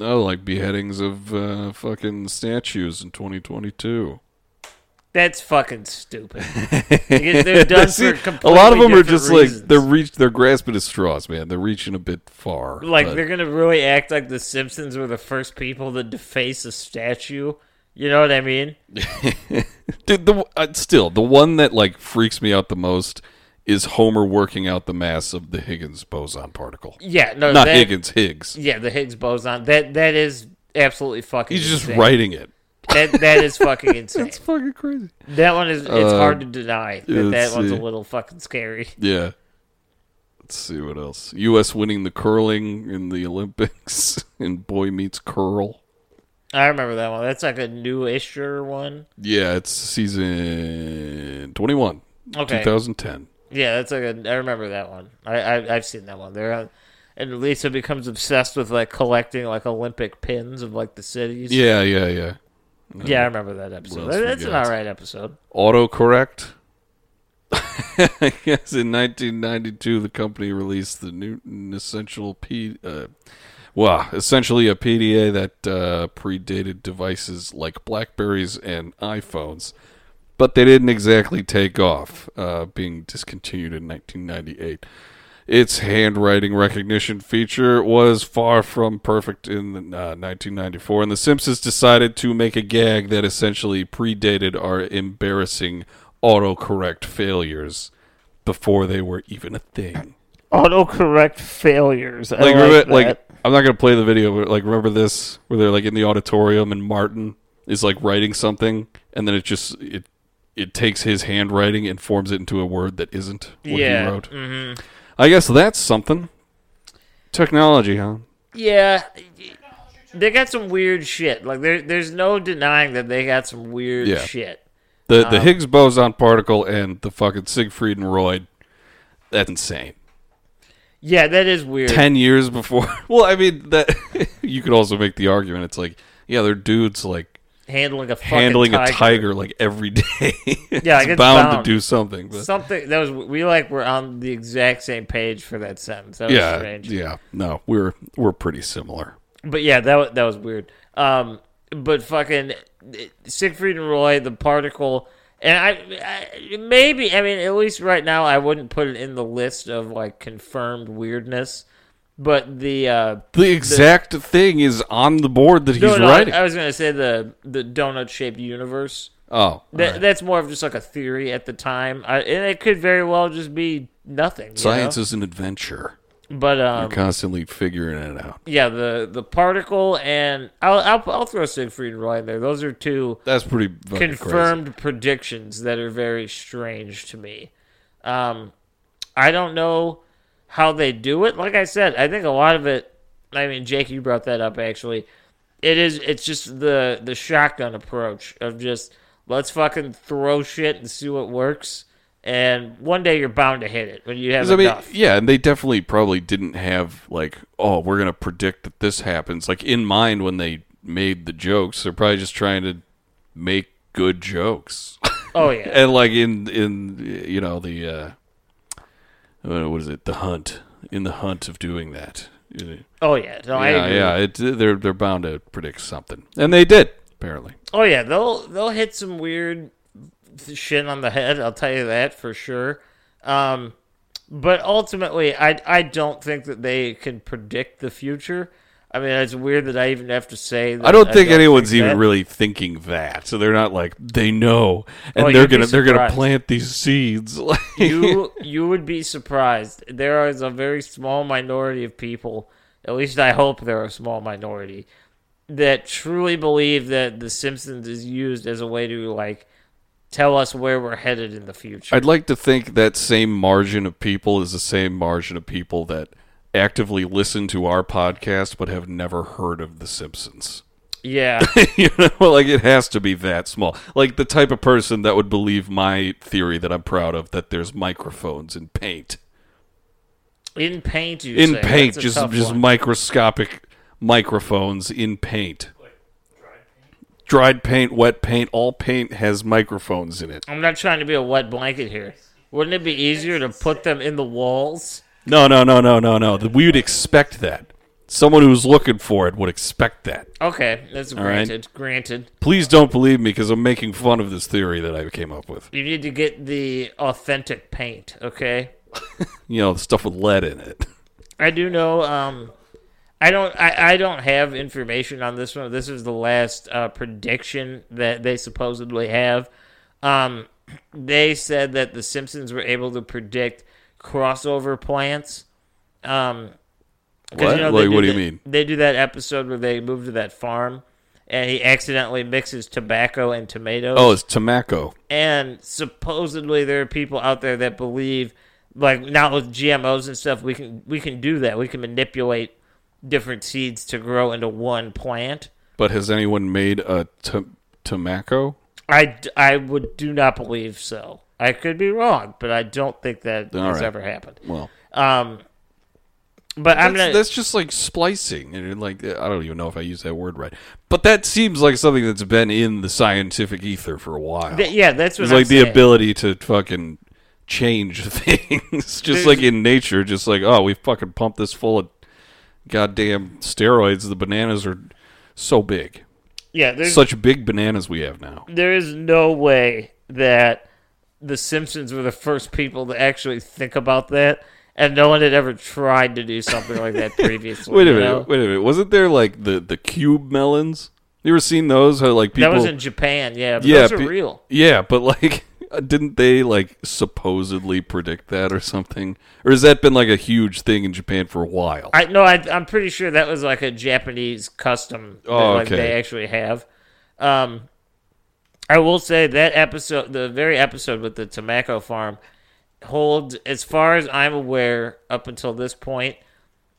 Speaker 1: I like beheadings of uh, fucking statues in 2022.
Speaker 2: That's fucking stupid. Because they're done
Speaker 1: See,
Speaker 2: for
Speaker 1: a
Speaker 2: completely
Speaker 1: lot of them are
Speaker 2: different
Speaker 1: just
Speaker 2: reasons.
Speaker 1: like they're reach they're grasping at straws, man. They're reaching a bit far.
Speaker 2: like
Speaker 1: but-
Speaker 2: they're gonna really act like the Simpsons were the first people to deface a statue. You know what I mean?
Speaker 1: Dude, the uh, still the one that like freaks me out the most is Homer working out the mass of the Higgins boson particle.
Speaker 2: Yeah, no,
Speaker 1: Not
Speaker 2: that,
Speaker 1: Higgins, Higgs.
Speaker 2: Yeah, the Higgs boson. That that is absolutely fucking.
Speaker 1: He's just
Speaker 2: insane.
Speaker 1: writing it.
Speaker 2: That that is fucking insane.
Speaker 1: It's fucking crazy.
Speaker 2: that one is. It's hard to deny that
Speaker 1: Uh, let's
Speaker 2: that one's a
Speaker 1: see.
Speaker 2: little fucking scary.
Speaker 1: Yeah. Let's see what else. U.S. winning the curling in the Olympics in Boy Meets Curl.
Speaker 2: I remember that one. That's like a newisher one.
Speaker 1: Yeah, it's season 21,
Speaker 2: Okay.
Speaker 1: 2010.
Speaker 2: Yeah, that's like a, I remember that one. I, I I've seen that one. There, uh, and Lisa becomes obsessed with like collecting like Olympic pins of like the cities.
Speaker 1: Yeah, yeah, yeah.
Speaker 2: Yeah, I remember that episode.
Speaker 1: else we
Speaker 2: That's an
Speaker 1: got?
Speaker 2: alright episode.
Speaker 1: autocorrect. I guess in 1992, the company released the new an essential P, uh, well, essentially a PDA that uh, predated devices like Blackberries and iPhones, but they didn't exactly take off, uh, being discontinued in 1998. Its handwriting recognition feature was far from perfect in uh, 1994, and The Simpsons decided to make a gag that essentially predated our embarrassing autocorrect failures before they were even a thing.
Speaker 2: Autocorrect failures. I
Speaker 1: Like,
Speaker 2: like,
Speaker 1: remember,
Speaker 2: that.
Speaker 1: like I'm not gonna play the video, but like remember this where they're like in the auditorium and Martin is like writing something, and then it just it it takes his handwriting and forms it into a word that isn't what
Speaker 2: Yeah, Mm.
Speaker 1: he wrote. I guess that's something. Technology, huh?
Speaker 2: yeah. They got some weird shit. Like there, there's no denying that they got some weird
Speaker 1: Yeah.
Speaker 2: shit.
Speaker 1: The
Speaker 2: Um,
Speaker 1: the Higgs boson particle and the fucking Siegfried and Roy. That's insane.
Speaker 2: Yeah, that is weird.
Speaker 1: Ten years before. Well, I mean that you could also make the argument. It's like, yeah, they're dudes like
Speaker 2: handling a fucking
Speaker 1: handling
Speaker 2: tiger.
Speaker 1: a tiger like every day.
Speaker 2: Yeah, like,
Speaker 1: it's
Speaker 2: it's
Speaker 1: bound,
Speaker 2: bound.
Speaker 1: to do something. But
Speaker 2: Something that was we like were on the exact same page for that sentence. That was
Speaker 1: yeah,
Speaker 2: strange.
Speaker 1: yeah. No, we're we're pretty similar.
Speaker 2: But yeah, that wa- that was weird. Um, but fucking Siegfried and Roy, the particle, and I, I maybe I mean at least right now I wouldn't put it in the list of like confirmed weirdness. But the uh,
Speaker 1: The exact thing is on the board that he's
Speaker 2: no, no, I-
Speaker 1: writing.
Speaker 2: I, was gonna say the the donut shaped universe.
Speaker 1: oh,
Speaker 2: That,
Speaker 1: all right.
Speaker 2: That's more of just like a theory at the time, I, and it could very well just be nothing. you
Speaker 1: science
Speaker 2: know?
Speaker 1: is an adventure.
Speaker 2: but um,
Speaker 1: Constantly figuring it out.
Speaker 2: yeah, the the particle and I'll, I'll I'll throw Siegfried and Roy in there. Those are two
Speaker 1: That's pretty fucking crazy.
Speaker 2: confirmed predictions that are very strange to me. Um, I don't know how they do it. Like I said, I think a lot of it. I mean, Jake, you brought that up actually. It is. It's just the the shotgun approach of just let's fucking throw shit and see what works. And one day you're bound to hit it when you have
Speaker 1: 'Cause, I mean,
Speaker 2: enough.
Speaker 1: yeah, and they definitely probably didn't have like, oh, we're gonna predict that this happens. Like in mind when they made the jokes, they're probably just trying to make good jokes.
Speaker 2: oh yeah.
Speaker 1: and like in in you know the uh, uh, what is it? The hunt in the hunt of doing that. You
Speaker 2: Oh yeah. No,
Speaker 1: know?
Speaker 2: I
Speaker 1: yeah,
Speaker 2: agree.
Speaker 1: yeah. It, they're they're bound to predict something, and they did apparently.
Speaker 2: Oh yeah, they'll they'll hit some weird th- shit on the head. I'll tell you that for sure. Um, but ultimately, I I don't think that they can predict the future. I mean, it's weird that I even have to say. That
Speaker 1: I don't think anyone's
Speaker 2: think
Speaker 1: even
Speaker 2: that.
Speaker 1: really thinking that. So they're not like they know, and
Speaker 2: Oh,
Speaker 1: they're
Speaker 2: you'd be
Speaker 1: gonna they're gonna
Speaker 2: surprised.
Speaker 1: plant these seeds. Like,
Speaker 2: you you would be surprised. There is a very small minority of people. At least I hope they're a small minority that truly believe that The Simpsons is used as a way to like tell us where we're headed in the future.
Speaker 1: I'd like to think that same margin of people is the same margin of people that actively listen to our podcast but have never heard of The Simpsons.
Speaker 2: yeah.
Speaker 1: you know, like it has to be that small. Like the type of person that would believe my theory that I'm proud of that there's microphones in paint.
Speaker 2: In paint, you
Speaker 1: In
Speaker 2: say.
Speaker 1: paint,
Speaker 2: That's a
Speaker 1: just
Speaker 2: tough
Speaker 1: just
Speaker 2: one.
Speaker 1: microscopic microphones in paint. Dried paint, wet paint, all paint has microphones in it.
Speaker 2: I'm not trying to be a wet blanket here. Wouldn't it be easier to put them in the walls?
Speaker 1: No, no, no, no, no, no. We would expect that. Someone who's looking for it would expect that.
Speaker 2: Okay, that's
Speaker 1: right.
Speaker 2: granted. Granted,
Speaker 1: Please don't believe me because I'm making fun of this theory that I came up with.
Speaker 2: you need to get the authentic paint. Okay,
Speaker 1: You know, the stuff with lead in it.
Speaker 2: I do know. Um, I don't. I, I don't have information on this one. This is the last uh, prediction that they supposedly have. Um, they said that the Simpsons were able to predict crossover plants. Um, 'cause,
Speaker 1: What?
Speaker 2: you know, they
Speaker 1: like, what do
Speaker 2: that-
Speaker 1: you mean?
Speaker 2: They do that episode where they move to that farm, and he accidentally mixes tobacco and tomatoes.
Speaker 1: Oh, it's tobacco.
Speaker 2: And supposedly there are people out there that believe, like now with GMOs and stuff, we can we can do that. We can manipulate different seeds to grow into one plant.
Speaker 1: But has anyone made a t- tobacco?
Speaker 2: I, d- I would do not believe so. I could be wrong, but I don't think that
Speaker 1: All
Speaker 2: has
Speaker 1: right.
Speaker 2: ever happened.
Speaker 1: Well,
Speaker 2: Um, but I'm
Speaker 1: that's,
Speaker 2: not.
Speaker 1: that's just like splicing, and it, like I don't even know if I use that word right. But that seems like something that's been in the scientific ether for a while.
Speaker 2: th- yeah, that's what
Speaker 1: It's
Speaker 2: I'm
Speaker 1: like the
Speaker 2: saying.
Speaker 1: ability to fucking change things, just like in nature. Just like oh, we fucking pumped this full of goddamn steroids. The bananas are so big,
Speaker 2: Yeah, there's
Speaker 1: such big bananas we have now.
Speaker 2: there is no way that the Simpsons were the first people to actually think about that, and no one had ever tried to do something like that previously.
Speaker 1: Wait a
Speaker 2: you
Speaker 1: minute,
Speaker 2: know?
Speaker 1: wait a minute. Wasn't there like the the cube melons? You ever seen those? How like people?
Speaker 2: that was in Japan. Yeah, but
Speaker 1: yeah,
Speaker 2: those are
Speaker 1: pe-
Speaker 2: real.
Speaker 1: Yeah, but like, didn't they like supposedly predict that or something? Or has that been like a huge thing in Japan for a while?
Speaker 2: I no, I, I'm pretty sure that was like a Japanese custom that
Speaker 1: Oh,
Speaker 2: like,
Speaker 1: okay.
Speaker 2: they actually have. Um, I will say that episode, the very episode with the tobacco farm, holds as far as I'm aware up until this point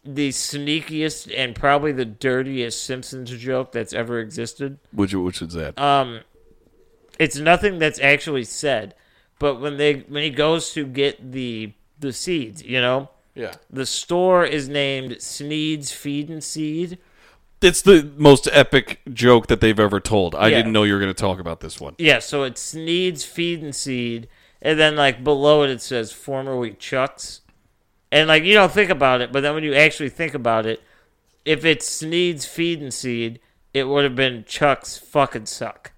Speaker 2: the sneakiest and probably the dirtiest Simpsons joke that's ever existed.
Speaker 1: which which is that?
Speaker 2: Uh, It's nothing that's actually said, but when they when he goes to get the the seeds, you know,
Speaker 1: yeah,
Speaker 2: the store is named Sneed's Feed and Seed.
Speaker 1: it's the most epic joke that they've ever told. I
Speaker 2: Yeah.
Speaker 1: didn't know you were going to talk about this one.
Speaker 2: Yeah, so it Sneed's Feed and Seed, and then like below it it says formerly Chucks. And like you don't think about it, but then when you actually think about it, if it's Sneed's Feed and Seed, it would have been Chuck's fucking suck.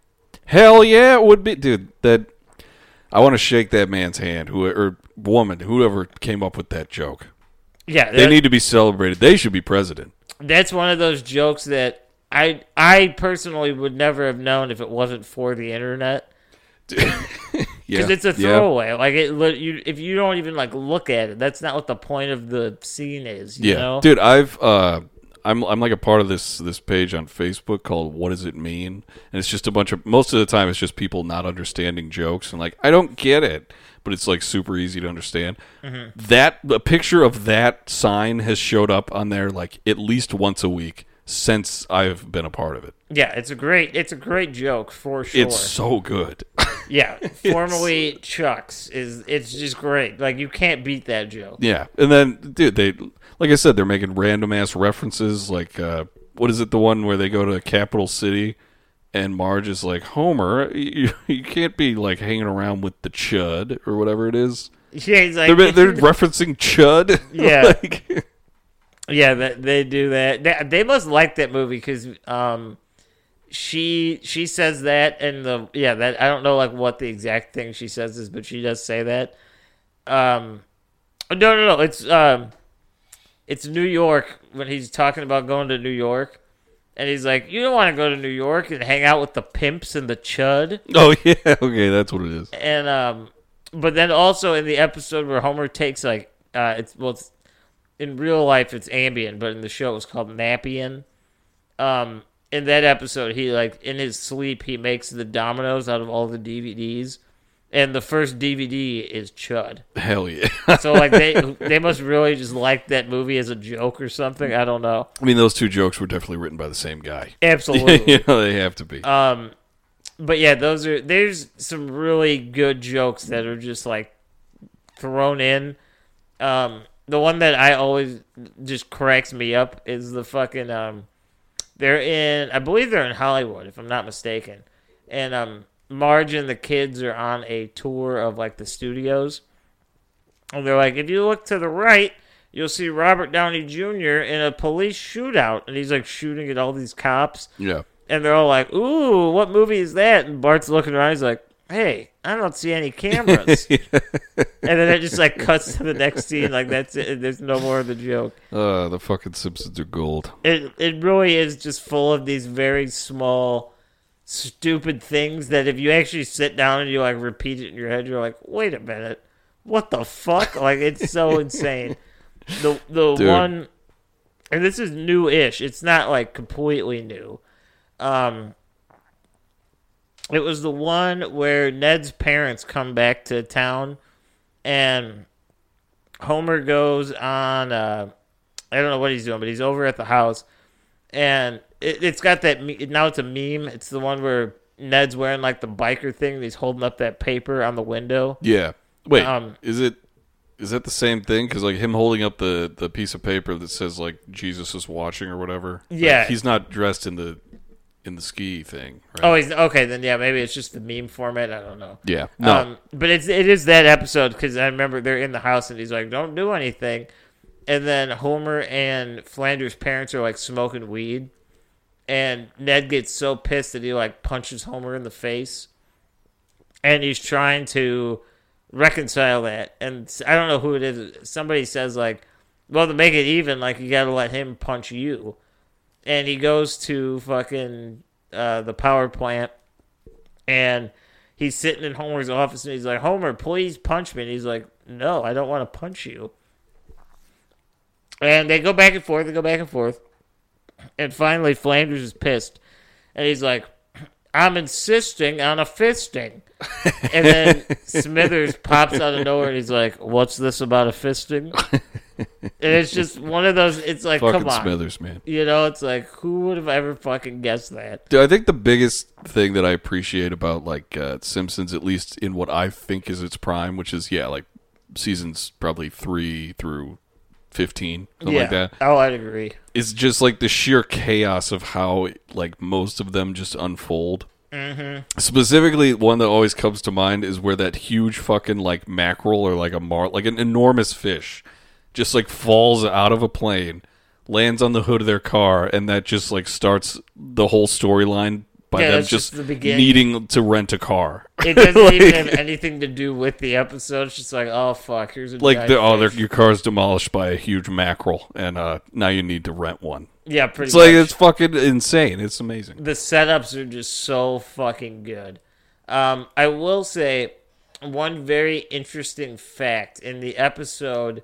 Speaker 1: Hell yeah, it would be, dude. That I want to shake that man's hand, who or woman, whoever came up with that joke.
Speaker 2: Yeah,
Speaker 1: They
Speaker 2: that-
Speaker 1: need to be celebrated. They should be president.
Speaker 2: that's one of those jokes that I I personally would never have known if it wasn't for the internet.
Speaker 1: Yeah,
Speaker 2: because it's a
Speaker 1: yeah.
Speaker 2: throwaway. Like it, li- you if you don't even like look at it, that's not what the point of the scene is. You
Speaker 1: Yeah,
Speaker 2: know?
Speaker 1: dude, I've uh, I'm I'm like a part of this this page on Facebook called "What Does It Mean?" and it's just a bunch of most of the time it's just people not understanding jokes and like I don't get it, but it's like super easy to understand.
Speaker 2: Mm-hmm.
Speaker 1: That a picture of that sign has showed up on there like at least once a week since I've been a part of it.
Speaker 2: Yeah, it's a great it's a great joke for sure.
Speaker 1: It's so good.
Speaker 2: yeah, formerly Chucks is it's just great. Like you can't beat that joke.
Speaker 1: Yeah, and then dude, they like I said, they're making random ass references. Like, uh, what is it? The one where they go to Capital City, and Marge is like, "Homer, you, you can't be like hanging around with the chud or whatever it is."
Speaker 2: Yeah, he's like
Speaker 1: They're they're referencing chud.
Speaker 2: Yeah.
Speaker 1: Like-
Speaker 2: yeah, that, they do that. They, they must like that movie because um, she she says that and the yeah that I don't know like what the exact thing she says is, but she does say that. Um, no, no, no. It's um, it's New York when he's talking about going to New York. And he's like, "You don't want to go to New York and hang out with the pimps and the chud."
Speaker 1: oh yeah. Okay, that's what it is.
Speaker 2: and um but then also in the episode where homer takes like uh it's well it's, in real life it's ambien but in the show it was called napian um in that episode he like in his sleep he makes the dominoes out of all the dvds and the first dvd is chud
Speaker 1: Hell yeah.
Speaker 2: so like they they must really just like that movie as a joke or something i don't know
Speaker 1: I mean, those two jokes were definitely written by the same guy.
Speaker 2: absolutely
Speaker 1: you know, they have to be.
Speaker 2: but yeah, those are there's some really good jokes that are just like thrown in. Um, the one that I always just cracks me up is the fucking um, they're in I believe they're in Hollywood if I'm not mistaken, and um, Marge and the kids are on a tour of like the studios, and they're like, if you look to the right. You'll see Robert Downey Jr. in a police shootout, and he's like shooting at all these cops
Speaker 1: yeah.
Speaker 2: and they're all like, "Ooh, what movie is that?" And Bart's looking around. He's like, "Hey, I don't see any cameras." and then it just like cuts to the next scene. Like that's it. There's no more of the joke.
Speaker 1: Uh, the fucking Simpsons are gold.
Speaker 2: It it really is just full of these very small, stupid things that if you actually sit down and you like repeat it in your head, you're like, "Wait a minute, what the fuck?" Like it's so insane. The the
Speaker 1: Dude.
Speaker 2: one, and this is new-ish. It's not like completely new. Um, it was the one where Ned's parents come back to town, and Homer goes on. Uh, I don't know what he's doing, but he's over at the house, and it, it's got that me- now it's a meme. It's the one where Ned's wearing like the biker thing. And he's holding up that paper on the window.
Speaker 1: Yeah. Wait.
Speaker 2: Um,
Speaker 1: is it is that the same thing? Because like him holding up the the piece of paper that says like Jesus is watching or whatever. Like,
Speaker 2: Yeah.
Speaker 1: he's not dressed in the in the ski thing. Right?
Speaker 2: Oh, he's okay. Then yeah, maybe it's just the meme format. I don't know.
Speaker 1: yeah. No.
Speaker 2: Um, but it's it is that episode because I remember they're in the house and he's like, "Don't do anything," and then Homer and Flanders' parents are like smoking weed, and Ned gets so pissed that he like punches Homer in the face, and he's trying to reconcile that. And s- I don't know who it is. Somebody says like, "Well, to make it even, like you got to let him punch you," and he goes to fucking uh, the power plant and he's sitting in Homer's office and he's like, Homer, please punch me. And he's like, No, I don't want to punch you. And they go back and forth, they go back and forth. And finally, Flanders is pissed. And he's like, I'm insisting on a fisting. And then Smithers pops out of nowhere and he's like, What's this about a fisting? And it's just one of those, it's like,
Speaker 1: Fucking
Speaker 2: come on.
Speaker 1: Smithers, man.
Speaker 2: You know, it's like, who would have ever fucking guessed that?
Speaker 1: Dude, I think the biggest thing that I appreciate about like uh, Simpsons, at least in what I think is its prime, which is yeah, like seasons probably three through fifteen, something like that,
Speaker 2: Oh, I'd agree.
Speaker 1: is just like the sheer chaos of how like most of them just unfold. Mm-hmm. Specifically, one that always comes to mind is where that huge fucking like mackerel or like a mar like an enormous fish, just like falls out of a plane, lands on the hood of their car, and that just like starts the whole storyline by
Speaker 2: Yeah,
Speaker 1: them
Speaker 2: that's just
Speaker 1: just,
Speaker 2: the beginning.
Speaker 1: needing to rent a car.
Speaker 2: It doesn't even have anything to do with the episode. It's just like, oh fuck, here's a
Speaker 1: like
Speaker 2: giant
Speaker 1: the oh,
Speaker 2: fish.
Speaker 1: their, your car's demolished by a huge mackerel, and uh, now you need to rent one.
Speaker 2: yeah, pretty
Speaker 1: It's like
Speaker 2: much.
Speaker 1: it's fucking insane. It's amazing.
Speaker 2: the setups are just so fucking good. Um, I will say one very interesting fact in the episode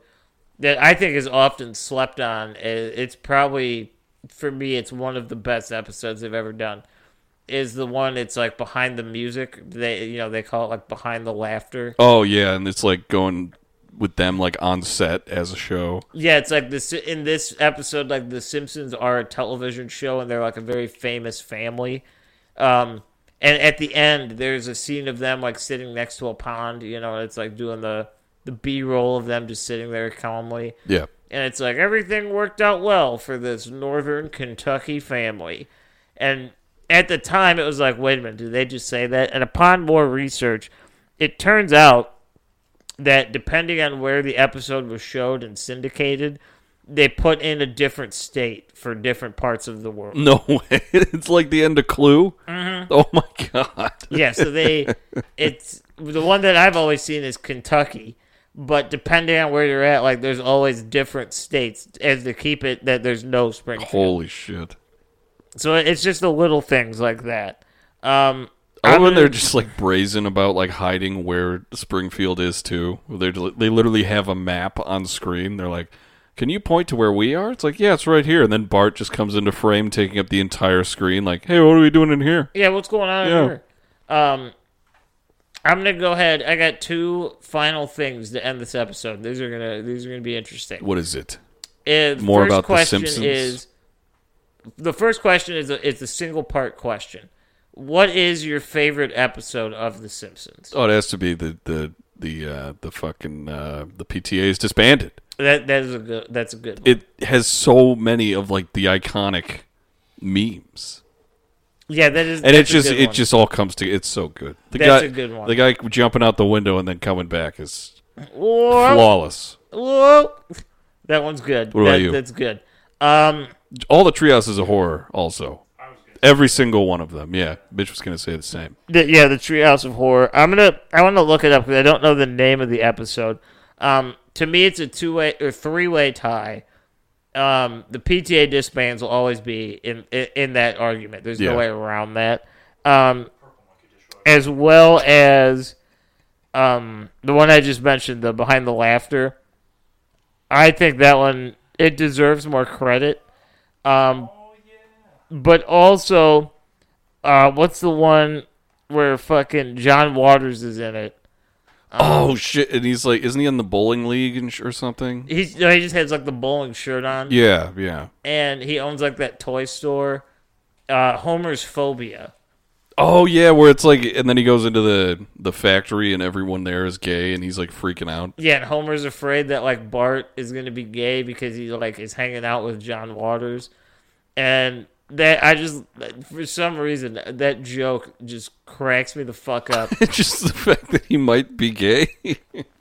Speaker 2: that I think is often slept on. i- It's probably for me, it's one of the best episodes they've ever done. Is the one it's like behind the music. They you know they call it like behind the laughter.
Speaker 1: Oh yeah, and it's like going with them like on set as a show.
Speaker 2: Yeah, it's like this in this episode. Like the Simpsons are a television show, and they're like a very famous family. Um, and at the end, there's a scene of them like sitting next to a pond. You know, and it's like doing the the B roll of them just sitting there calmly,
Speaker 1: Yeah.
Speaker 2: and it's like everything worked out well for this northern Kentucky family. And at the time, it was like, wait a minute, did they just say that? And upon more research, it turns out that depending on where the episode was showed and syndicated, they put in a different state for different parts of the world.
Speaker 1: No way. It's like the end of Clue. Oh my god.
Speaker 2: yeah, so they it's the one that I've always seen is Kentucky, but depending on where you're at, like there's always different states as to keep it that there's no Springfield.
Speaker 1: Holy shit.
Speaker 2: So it's just the little things like that. Um,
Speaker 1: I
Speaker 2: other
Speaker 1: love when they're
Speaker 2: than-
Speaker 1: just like brazen about like hiding where Springfield is too. They they literally have a map on screen. They're like, "Can you point to where we are?" It's like, "Yeah, it's right here." And then Bart just comes into frame, taking up the entire screen. Like, "Hey, what are we doing in here?"
Speaker 2: yeah, what's going on
Speaker 1: Yeah.
Speaker 2: here? Um, I'm gonna go ahead. I got two final things to end this episode. These are gonna these are gonna be interesting.
Speaker 1: What is it?
Speaker 2: If
Speaker 1: More
Speaker 2: first
Speaker 1: about The
Speaker 2: question
Speaker 1: Simpsons?
Speaker 2: is the first question is a, it's a single part question. What is your favorite episode of The Simpsons?
Speaker 1: Oh, it has to be the the the uh, the fucking uh, the PTA is disbanded.
Speaker 2: That that is a good that's a good one.
Speaker 1: it has so many of like the iconic memes
Speaker 2: yeah, that is
Speaker 1: and it
Speaker 2: that's a
Speaker 1: just
Speaker 2: good
Speaker 1: it
Speaker 2: one.
Speaker 1: just all comes to it's so good the
Speaker 2: That's
Speaker 1: guy
Speaker 2: a good one.
Speaker 1: the guy jumping out the window and then coming back is
Speaker 2: Whoa,
Speaker 1: flawless
Speaker 2: whoa. that one's good.
Speaker 1: What about
Speaker 2: That-
Speaker 1: you?
Speaker 2: That's good. Um,
Speaker 1: all the treehouse is a horror also every single one of them yeah bitch was gonna say the same
Speaker 2: The, yeah, the Treehouse of Horror. I'm gonna. I want to look it up because I don't know the name of the episode. Um, to me, it's a two way or three way tie. Um, the PTA disbands will always be in in, in that argument. There's
Speaker 1: Yeah.
Speaker 2: no way around that. Um, as well as um the one I just mentioned, the behind the laughter. I think that one it deserves more credit. Um, but also, uh, what's the one where fucking John Waters is in it?
Speaker 1: oh shit and he's like isn't he in the bowling league and sh- or something
Speaker 2: He's, you know, he just has like the bowling shirt on,
Speaker 1: yeah yeah
Speaker 2: and he owns like that toy store, uh, Homer's phobia.
Speaker 1: Oh yeah, where it's like, and then he goes into the the factory, and everyone there is gay, and he's like freaking out.
Speaker 2: Yeah, and Homer's afraid that like Bart is gonna be gay because he like is hanging out with John Waters, and that I just for some reason that joke just cracks me the fuck up
Speaker 1: Just the fact that he might be gay.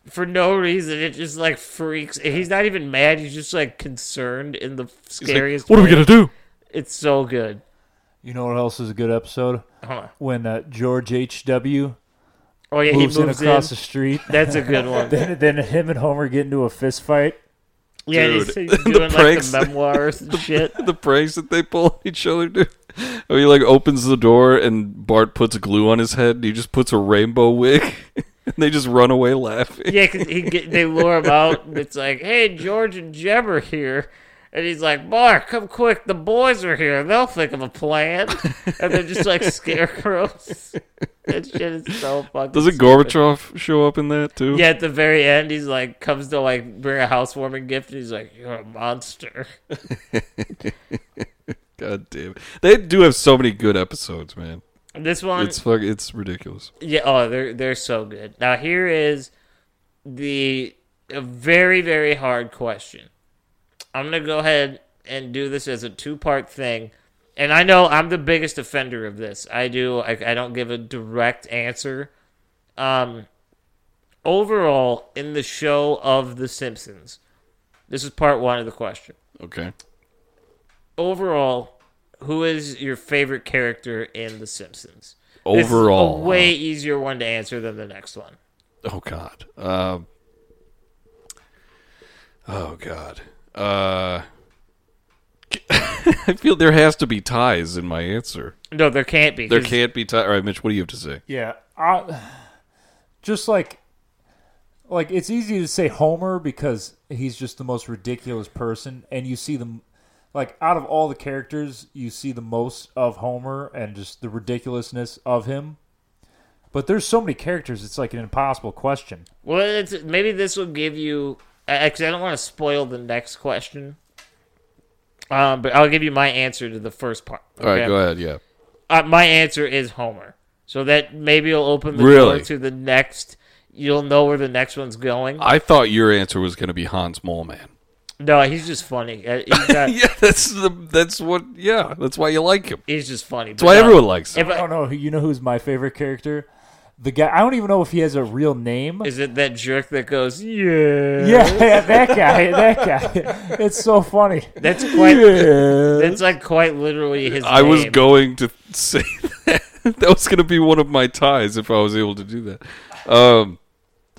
Speaker 2: for no reason. It just like freaks. He's not even mad. He's just like concerned in the
Speaker 1: Like,
Speaker 2: scariest.
Speaker 1: what are we
Speaker 2: way.
Speaker 1: gonna do?
Speaker 2: It's so good.
Speaker 3: You know what else is a good episode?
Speaker 2: Hold on.
Speaker 3: When uh, George H.W.
Speaker 2: Oh yeah,
Speaker 3: moves
Speaker 2: he
Speaker 3: in
Speaker 2: moves in.
Speaker 3: across the street.
Speaker 2: That's a good one.
Speaker 3: then, then him and Homer get into a fist fight.
Speaker 2: yeah, and he's,
Speaker 1: Dude,
Speaker 2: he's
Speaker 1: the
Speaker 2: doing like
Speaker 1: pranks-
Speaker 2: the memoirs and shit.
Speaker 1: The pranks that they pull on each other, dude. I mean, he, like opens the door, and Bart puts glue on his head, and he just puts a rainbow wig, and they just run away laughing.
Speaker 2: Yeah, 'cause he get, they lure him out, and it's like, hey, George and Jeb are here. And he's like, Mark, come quick. The boys are here. They'll think of a plan. And they're just like scarecrows. that shit is so fucking
Speaker 1: Doesn't
Speaker 2: stupid.
Speaker 1: Gorbachev show up in that too?
Speaker 2: Yeah, at the very end, he's like, comes to like bring a housewarming gift, and he's like, you're a monster.
Speaker 1: God damn it. They do have so many good episodes, man.
Speaker 2: And this one,
Speaker 1: It's fuck. It's ridiculous.
Speaker 2: Yeah, oh, they're they're so good. Now here is the a very very hard question. I'm gonna go ahead and do this as a two part thing, and I know I'm the biggest offender of this. I do. I, I don't give a direct answer. Um, overall, in the show of The Simpsons, this is part one of the question.
Speaker 1: Okay.
Speaker 2: Overall, who is your favorite character in The Simpsons? This is
Speaker 1: Overall,
Speaker 2: a way easier one to answer than the next one.
Speaker 1: Oh God. Um oh God. Uh, I feel there has to be ties in my answer.
Speaker 2: No, there can't be.
Speaker 1: There
Speaker 2: 'cause
Speaker 1: can't be ties. All right, Mitch. What do you have to say?
Speaker 3: Yeah, I, just like like it's easy to say Homer because he's just the most ridiculous person, and you see them like out of all the characters, you see the most of Homer and just the ridiculousness of him. But there's so many characters, it's like an impossible question.
Speaker 2: Well, it's, maybe this will give you. Actually, I don't want to spoil the next question. Um, but I'll give you my answer to the first part.
Speaker 1: All right, go ahead. Yeah.
Speaker 2: Uh, my answer is Homer. So that maybe will open the
Speaker 1: Really?
Speaker 2: door to the next. You'll know where the next one's going.
Speaker 1: I thought your answer was going to be Hans Moleman.
Speaker 2: No, he's just funny. Uh, He's, got,
Speaker 1: Yeah, that's the that's what. Yeah, that's why you like him.
Speaker 2: he's just funny.
Speaker 1: That's why everyone likes him.
Speaker 3: I don't know. who- You know who's my favorite character? The guy. I don't even know if he has a real name.
Speaker 2: Is it that jerk that goes, yeah?
Speaker 3: yeah, that guy. That guy. It's so funny.
Speaker 2: That's quite. That's like quite literally his.
Speaker 1: I was
Speaker 2: name.
Speaker 1: going to say that. that was going to be one of my ties if I was able to do that. Um,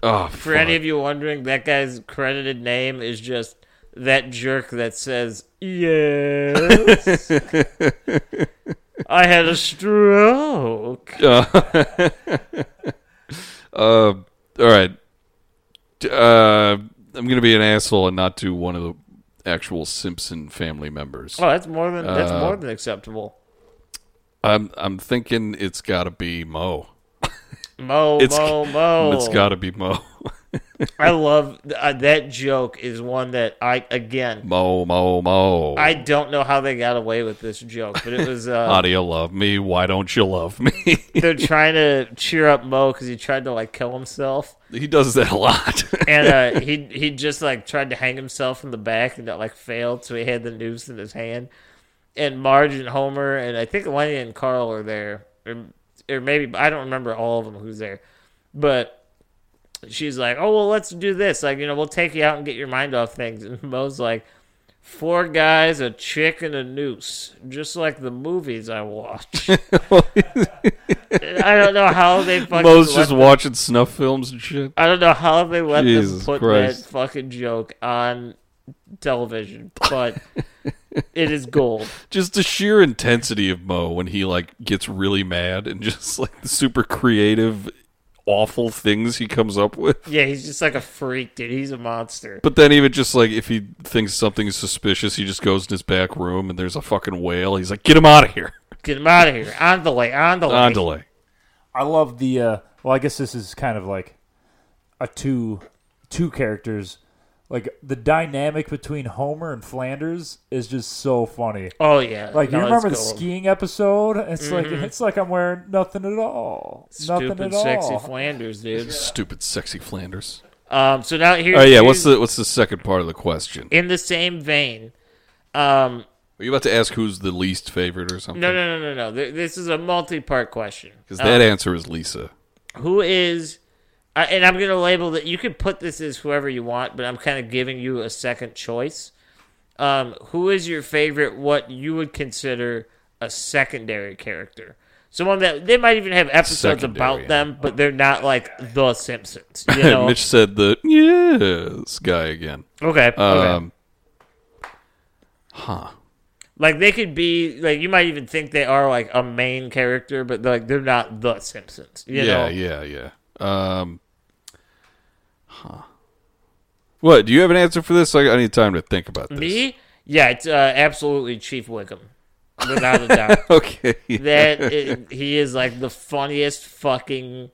Speaker 1: oh,
Speaker 2: For any of you wondering, that guy's credited name is just that jerk that says, Yes. I had a stroke.
Speaker 1: Uh, Um, all right. D- Uh, I'm gonna be an asshole and not do one of the actual Simpson family members.
Speaker 2: Oh, that's more than that's
Speaker 1: Uh,
Speaker 2: more than acceptable.
Speaker 1: I'm I'm thinking it's gotta be Mo.
Speaker 2: Mo,
Speaker 1: It's-
Speaker 2: mo, mo.
Speaker 1: It's gotta be Mo.
Speaker 2: I love uh, that joke. Is one that I again
Speaker 1: Mo Mo Mo.
Speaker 2: I don't know how they got away with this joke, but it was uh,
Speaker 1: How do you love me? Why don't you love me?
Speaker 2: they're trying to cheer up Mo because he tried to like kill himself.
Speaker 1: he does that a lot.
Speaker 2: and uh, he he just like tried to hang himself in the back and it like failed, so he had the noose in his hand. And Marge and Homer and I think Lenny and Carl are there, or, or maybe I don't remember all of them who's there, but she's like, "Oh well, let's do this. Like you know, we'll take you out and get your mind off things." And Mo's like, four guys, a chick, and a noose, just like the movies I watch." I don't know how they fucking
Speaker 1: Mo's
Speaker 2: let
Speaker 1: just watching snuff films and shit.
Speaker 2: I don't know how they let
Speaker 1: Jesus
Speaker 2: them put
Speaker 1: Christ.
Speaker 2: that fucking joke on television, but it is gold.
Speaker 1: just the sheer intensity of Mo when he like gets really mad and just like the super creative awful things he comes up with.
Speaker 2: Yeah, he's just like a freak, dude. He's a monster.
Speaker 1: But then even just like if he thinks something is suspicious, he just goes in his back room and there's a fucking whale. He's like, "Get him out of here."
Speaker 2: Get him out of here. On delay, on delay.
Speaker 1: On delay.
Speaker 3: I love the uh well I guess this is kind of like a two two characters like the dynamic between Homer and Flanders is just so funny.
Speaker 2: Oh yeah.
Speaker 3: Like
Speaker 2: No,
Speaker 3: you
Speaker 2: it's
Speaker 3: remember the
Speaker 2: cool. Mm-hmm.
Speaker 3: skiing episode? It's like it's like I'm wearing nothing at all. nothing
Speaker 2: Stupid
Speaker 3: at
Speaker 2: sexy
Speaker 3: all.
Speaker 2: Flanders, dude.
Speaker 1: Stupid, sexy Flanders.
Speaker 2: Um, so now here.
Speaker 1: Oh yeah. What's
Speaker 2: here's-
Speaker 1: the what's the second part of the question?
Speaker 2: in the same vein? Um,
Speaker 1: Are you about to ask who's the least favorite or something?
Speaker 2: no, Uh, no, no, no, no. Th- This is a multi-part question.
Speaker 1: Because that answer is Lisa.
Speaker 2: Who is? I and I'm gonna label that. You can put this as whoever you want, but I'm kind of giving you a second choice. Um, who is your favorite? What you would consider a secondary character? Someone that they might even have episodes
Speaker 1: Secondary,
Speaker 2: about
Speaker 1: yeah.
Speaker 2: them, but they're not like the Simpsons. You know?
Speaker 1: Mitch said the yes guy again.
Speaker 2: okay. okay.
Speaker 1: Um, huh.
Speaker 2: Like they could be like you might even think they are like a main character, but like they're not the Simpsons. You
Speaker 1: yeah,
Speaker 2: know?
Speaker 1: yeah, yeah. Um, huh. What? Do you have an answer for this? I, I need time to think about this.
Speaker 2: Me? Yeah, it's uh, absolutely Chief Wickham, without a doubt.
Speaker 1: Okay.
Speaker 2: That i he is like the funniest fucking.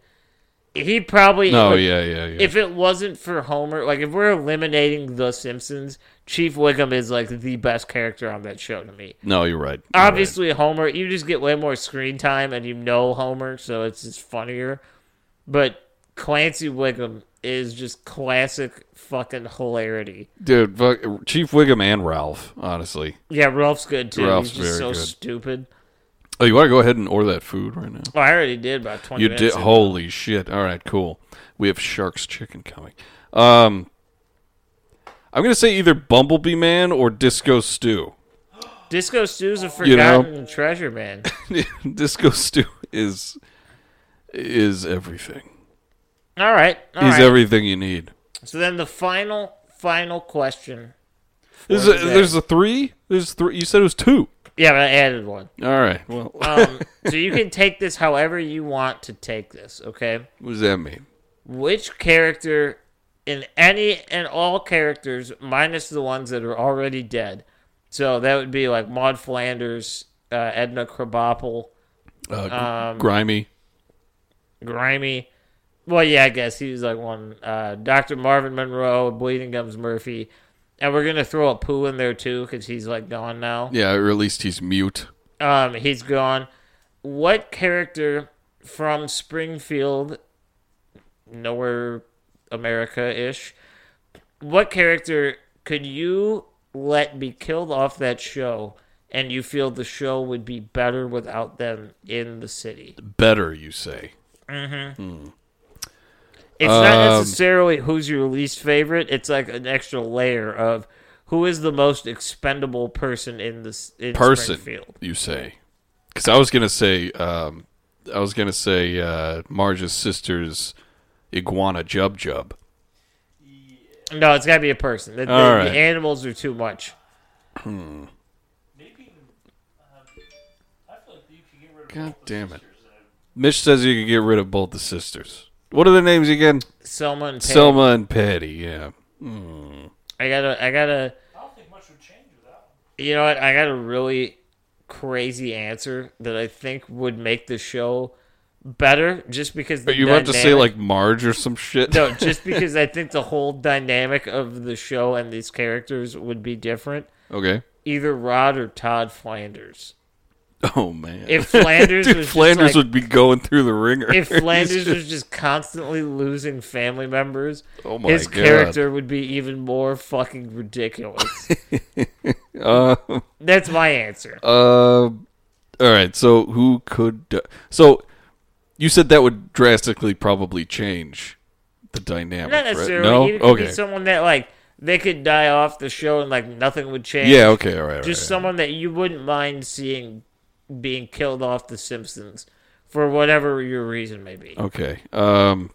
Speaker 2: He probably
Speaker 1: no,
Speaker 2: if-
Speaker 1: yeah, yeah, yeah.
Speaker 2: If it wasn't for Homer, like if we're eliminating the Simpsons, Chief Wickham is like the best character on that show to me.
Speaker 1: no, you're right. You're right.
Speaker 2: obviously Homer, you just get way more screen time and you know Homer, so it's just funnier. But Clancy Wiggum is just classic fucking hilarity.
Speaker 1: dude. Fuck, Chief Wiggum and Ralph. Honestly.
Speaker 2: Yeah, Ralph's good too.
Speaker 1: Ralph's
Speaker 2: He's just
Speaker 1: very
Speaker 2: so
Speaker 1: good.
Speaker 2: stupid.
Speaker 1: Oh, you want to go ahead and order that food right now?
Speaker 2: Oh, I already did about twenty
Speaker 1: You
Speaker 2: minutes.
Speaker 1: did.
Speaker 2: ago.
Speaker 1: Holy shit! All right, cool. We have Sharks Chicken coming. Um, I'm gonna say either Bumblebee Man or Disco Stew.
Speaker 2: Disco Stew's a
Speaker 1: You know-
Speaker 2: forgotten treasure, man.
Speaker 1: Disco Stew is is everything.
Speaker 2: All right. all
Speaker 1: He's
Speaker 2: right.
Speaker 1: everything you need.
Speaker 2: so then the final final question.
Speaker 1: There's a,
Speaker 2: What is that?
Speaker 1: there's a three. There's three. You said it was two.
Speaker 2: Yeah, but I added one.
Speaker 1: All right. Well,
Speaker 2: Um, so you can take this however you want to take this, okay?
Speaker 1: what does that mean?
Speaker 2: which character in any and all characters minus the ones that are already dead so that would be like maud flanders uh, edna krabappel
Speaker 1: Uh, gr-
Speaker 2: um,
Speaker 1: grimy.
Speaker 2: grimy well yeah i guess he was like one uh, dr marvin monroe bleeding gums murphy and we're gonna throw a poo in there too because he's like gone now
Speaker 1: Yeah, or at least he's mute.
Speaker 2: um, he's gone. What character from Springfield, nowhere America ish, what character could you let be killed off that show and you feel the show would be better without them in the city?
Speaker 1: Better, you say?
Speaker 2: It's not
Speaker 1: Um,
Speaker 2: necessarily who's your least favorite, it's like an extra layer of who is the most expendable person in this in
Speaker 1: Person,
Speaker 2: Springfield.
Speaker 1: you say? Because I was gonna say, um, I was gonna say uh, Marge's sister's iguana Jub Jub.
Speaker 2: No, it's got to be a person. The, the-
Speaker 1: All right.
Speaker 2: the animals are too much.
Speaker 1: God damn it! Mitch says you can get rid of both the sisters. What are their names again?
Speaker 2: Selma and Pam.
Speaker 1: Selma and Patty. Yeah.
Speaker 2: I gotta, I gotta. I don't think much would change with that. You know what? I got a really crazy answer that I think would make the show better, just because. The
Speaker 1: Are you about to say
Speaker 2: dynamic-
Speaker 1: like Marge or some shit?
Speaker 2: no? Just because I think the whole dynamic of the show and these characters would be different.
Speaker 1: Okay.
Speaker 2: Either Rod or Todd Flanders.
Speaker 1: Oh man.
Speaker 2: If Flanders
Speaker 1: Dude,
Speaker 2: was just
Speaker 1: Flanders
Speaker 2: like-
Speaker 1: would be going through the ringer.
Speaker 2: If
Speaker 1: He's
Speaker 2: Flanders
Speaker 1: just-
Speaker 2: was just constantly losing family members,
Speaker 1: Oh my
Speaker 2: his
Speaker 1: God.
Speaker 2: character would be even more fucking ridiculous.
Speaker 1: Oh.
Speaker 2: That's my answer.
Speaker 1: uh, all right. So who could? so you said that would drastically probably change the dynamic.
Speaker 2: Not
Speaker 1: right?
Speaker 2: necessarily.
Speaker 1: No.
Speaker 2: It could
Speaker 1: Okay.
Speaker 2: be someone that like they could die off the show and like nothing would change.
Speaker 1: yeah. Okay. All right.
Speaker 2: Just
Speaker 1: all right.
Speaker 2: someone that you wouldn't mind seeing being killed off the Simpsons for whatever your reason may be.
Speaker 1: Okay. Um.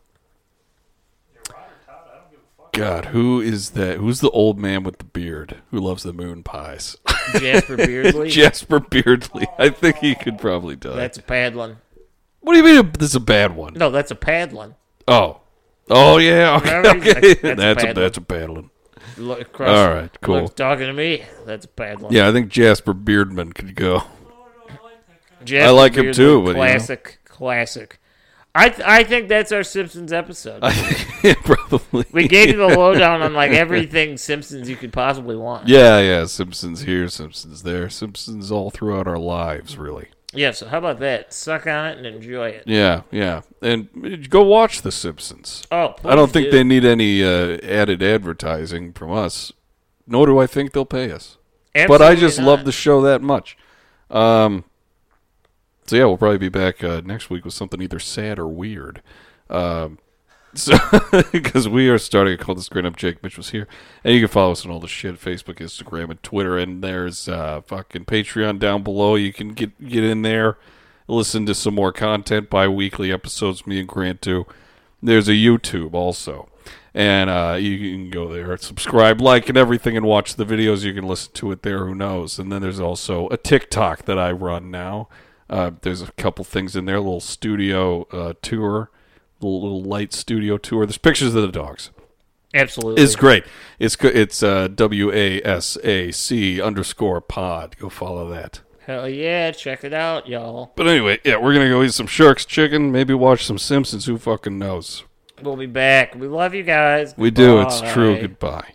Speaker 1: God, who is that? Who's the old man with the beard who loves the moon pies?
Speaker 2: Jasper Beardsley.
Speaker 1: Jasper Beardsley. I think he could probably die.
Speaker 2: that's a Padlin.
Speaker 1: what do you mean? uh, This is a bad one.
Speaker 2: No, that's a Padlin.
Speaker 1: Oh. Oh yeah. Okay.
Speaker 2: Whatever he's-
Speaker 1: okay.
Speaker 2: that's-
Speaker 1: That's,
Speaker 2: that's a
Speaker 1: a
Speaker 2: bad one.
Speaker 1: that's a bad one.
Speaker 2: Look,
Speaker 1: All right, cool.
Speaker 2: Look, talking to me. That's a Padlin.
Speaker 1: Yeah, I think Jasper Beardman could go.
Speaker 2: Jasper
Speaker 1: I like him too, but, you know.
Speaker 2: Classic, classic. I th- I think that's our Simpsons episode.
Speaker 1: yeah, probably.
Speaker 2: We gave you the lowdown on like everything Simpsons you could possibly want.
Speaker 1: yeah, yeah. Simpsons here, Simpsons there, Simpsons all throughout our lives, really.
Speaker 2: Yeah, so how about that? Suck on it and enjoy it.
Speaker 1: Yeah, yeah. And go watch The Simpsons.
Speaker 2: Oh,
Speaker 1: I don't think
Speaker 2: please do.
Speaker 1: they need any uh, added advertising from us, nor do I think they'll pay us. but I
Speaker 2: Absolutely
Speaker 1: just
Speaker 2: not.
Speaker 1: love the show that much. Um, so yeah, we'll probably be back uh, next week with something either sad or weird. Um, so because we are starting a call this green up, Jake Mitch was here, and you can follow us on all the shit: Facebook, Instagram, and Twitter. And there's uh, fucking Patreon down below. You can get get in there, listen to some more content, bi-weekly episodes. Me and Grant do. There's a YouTube also. And uh, you can go there, subscribe, like, and everything, and watch the videos. You can listen to it there. Who knows? And then there's also a TikTok that I run now. Uh, there's a couple things in there, a little studio uh, tour, little, little light studio tour. There's pictures of the dogs.
Speaker 2: Absolutely.
Speaker 1: It's great. It's co- it's uh, W A S A C underscore pod. Go follow that.
Speaker 2: Hell yeah, check it out, y'all.
Speaker 1: But anyway, yeah, we're gonna go eat some sharks chicken. Maybe watch some Simpsons. Who fucking knows?
Speaker 2: We'll be back. We love you guys.
Speaker 1: We do. It's
Speaker 2: Bye.
Speaker 1: true. Goodbye.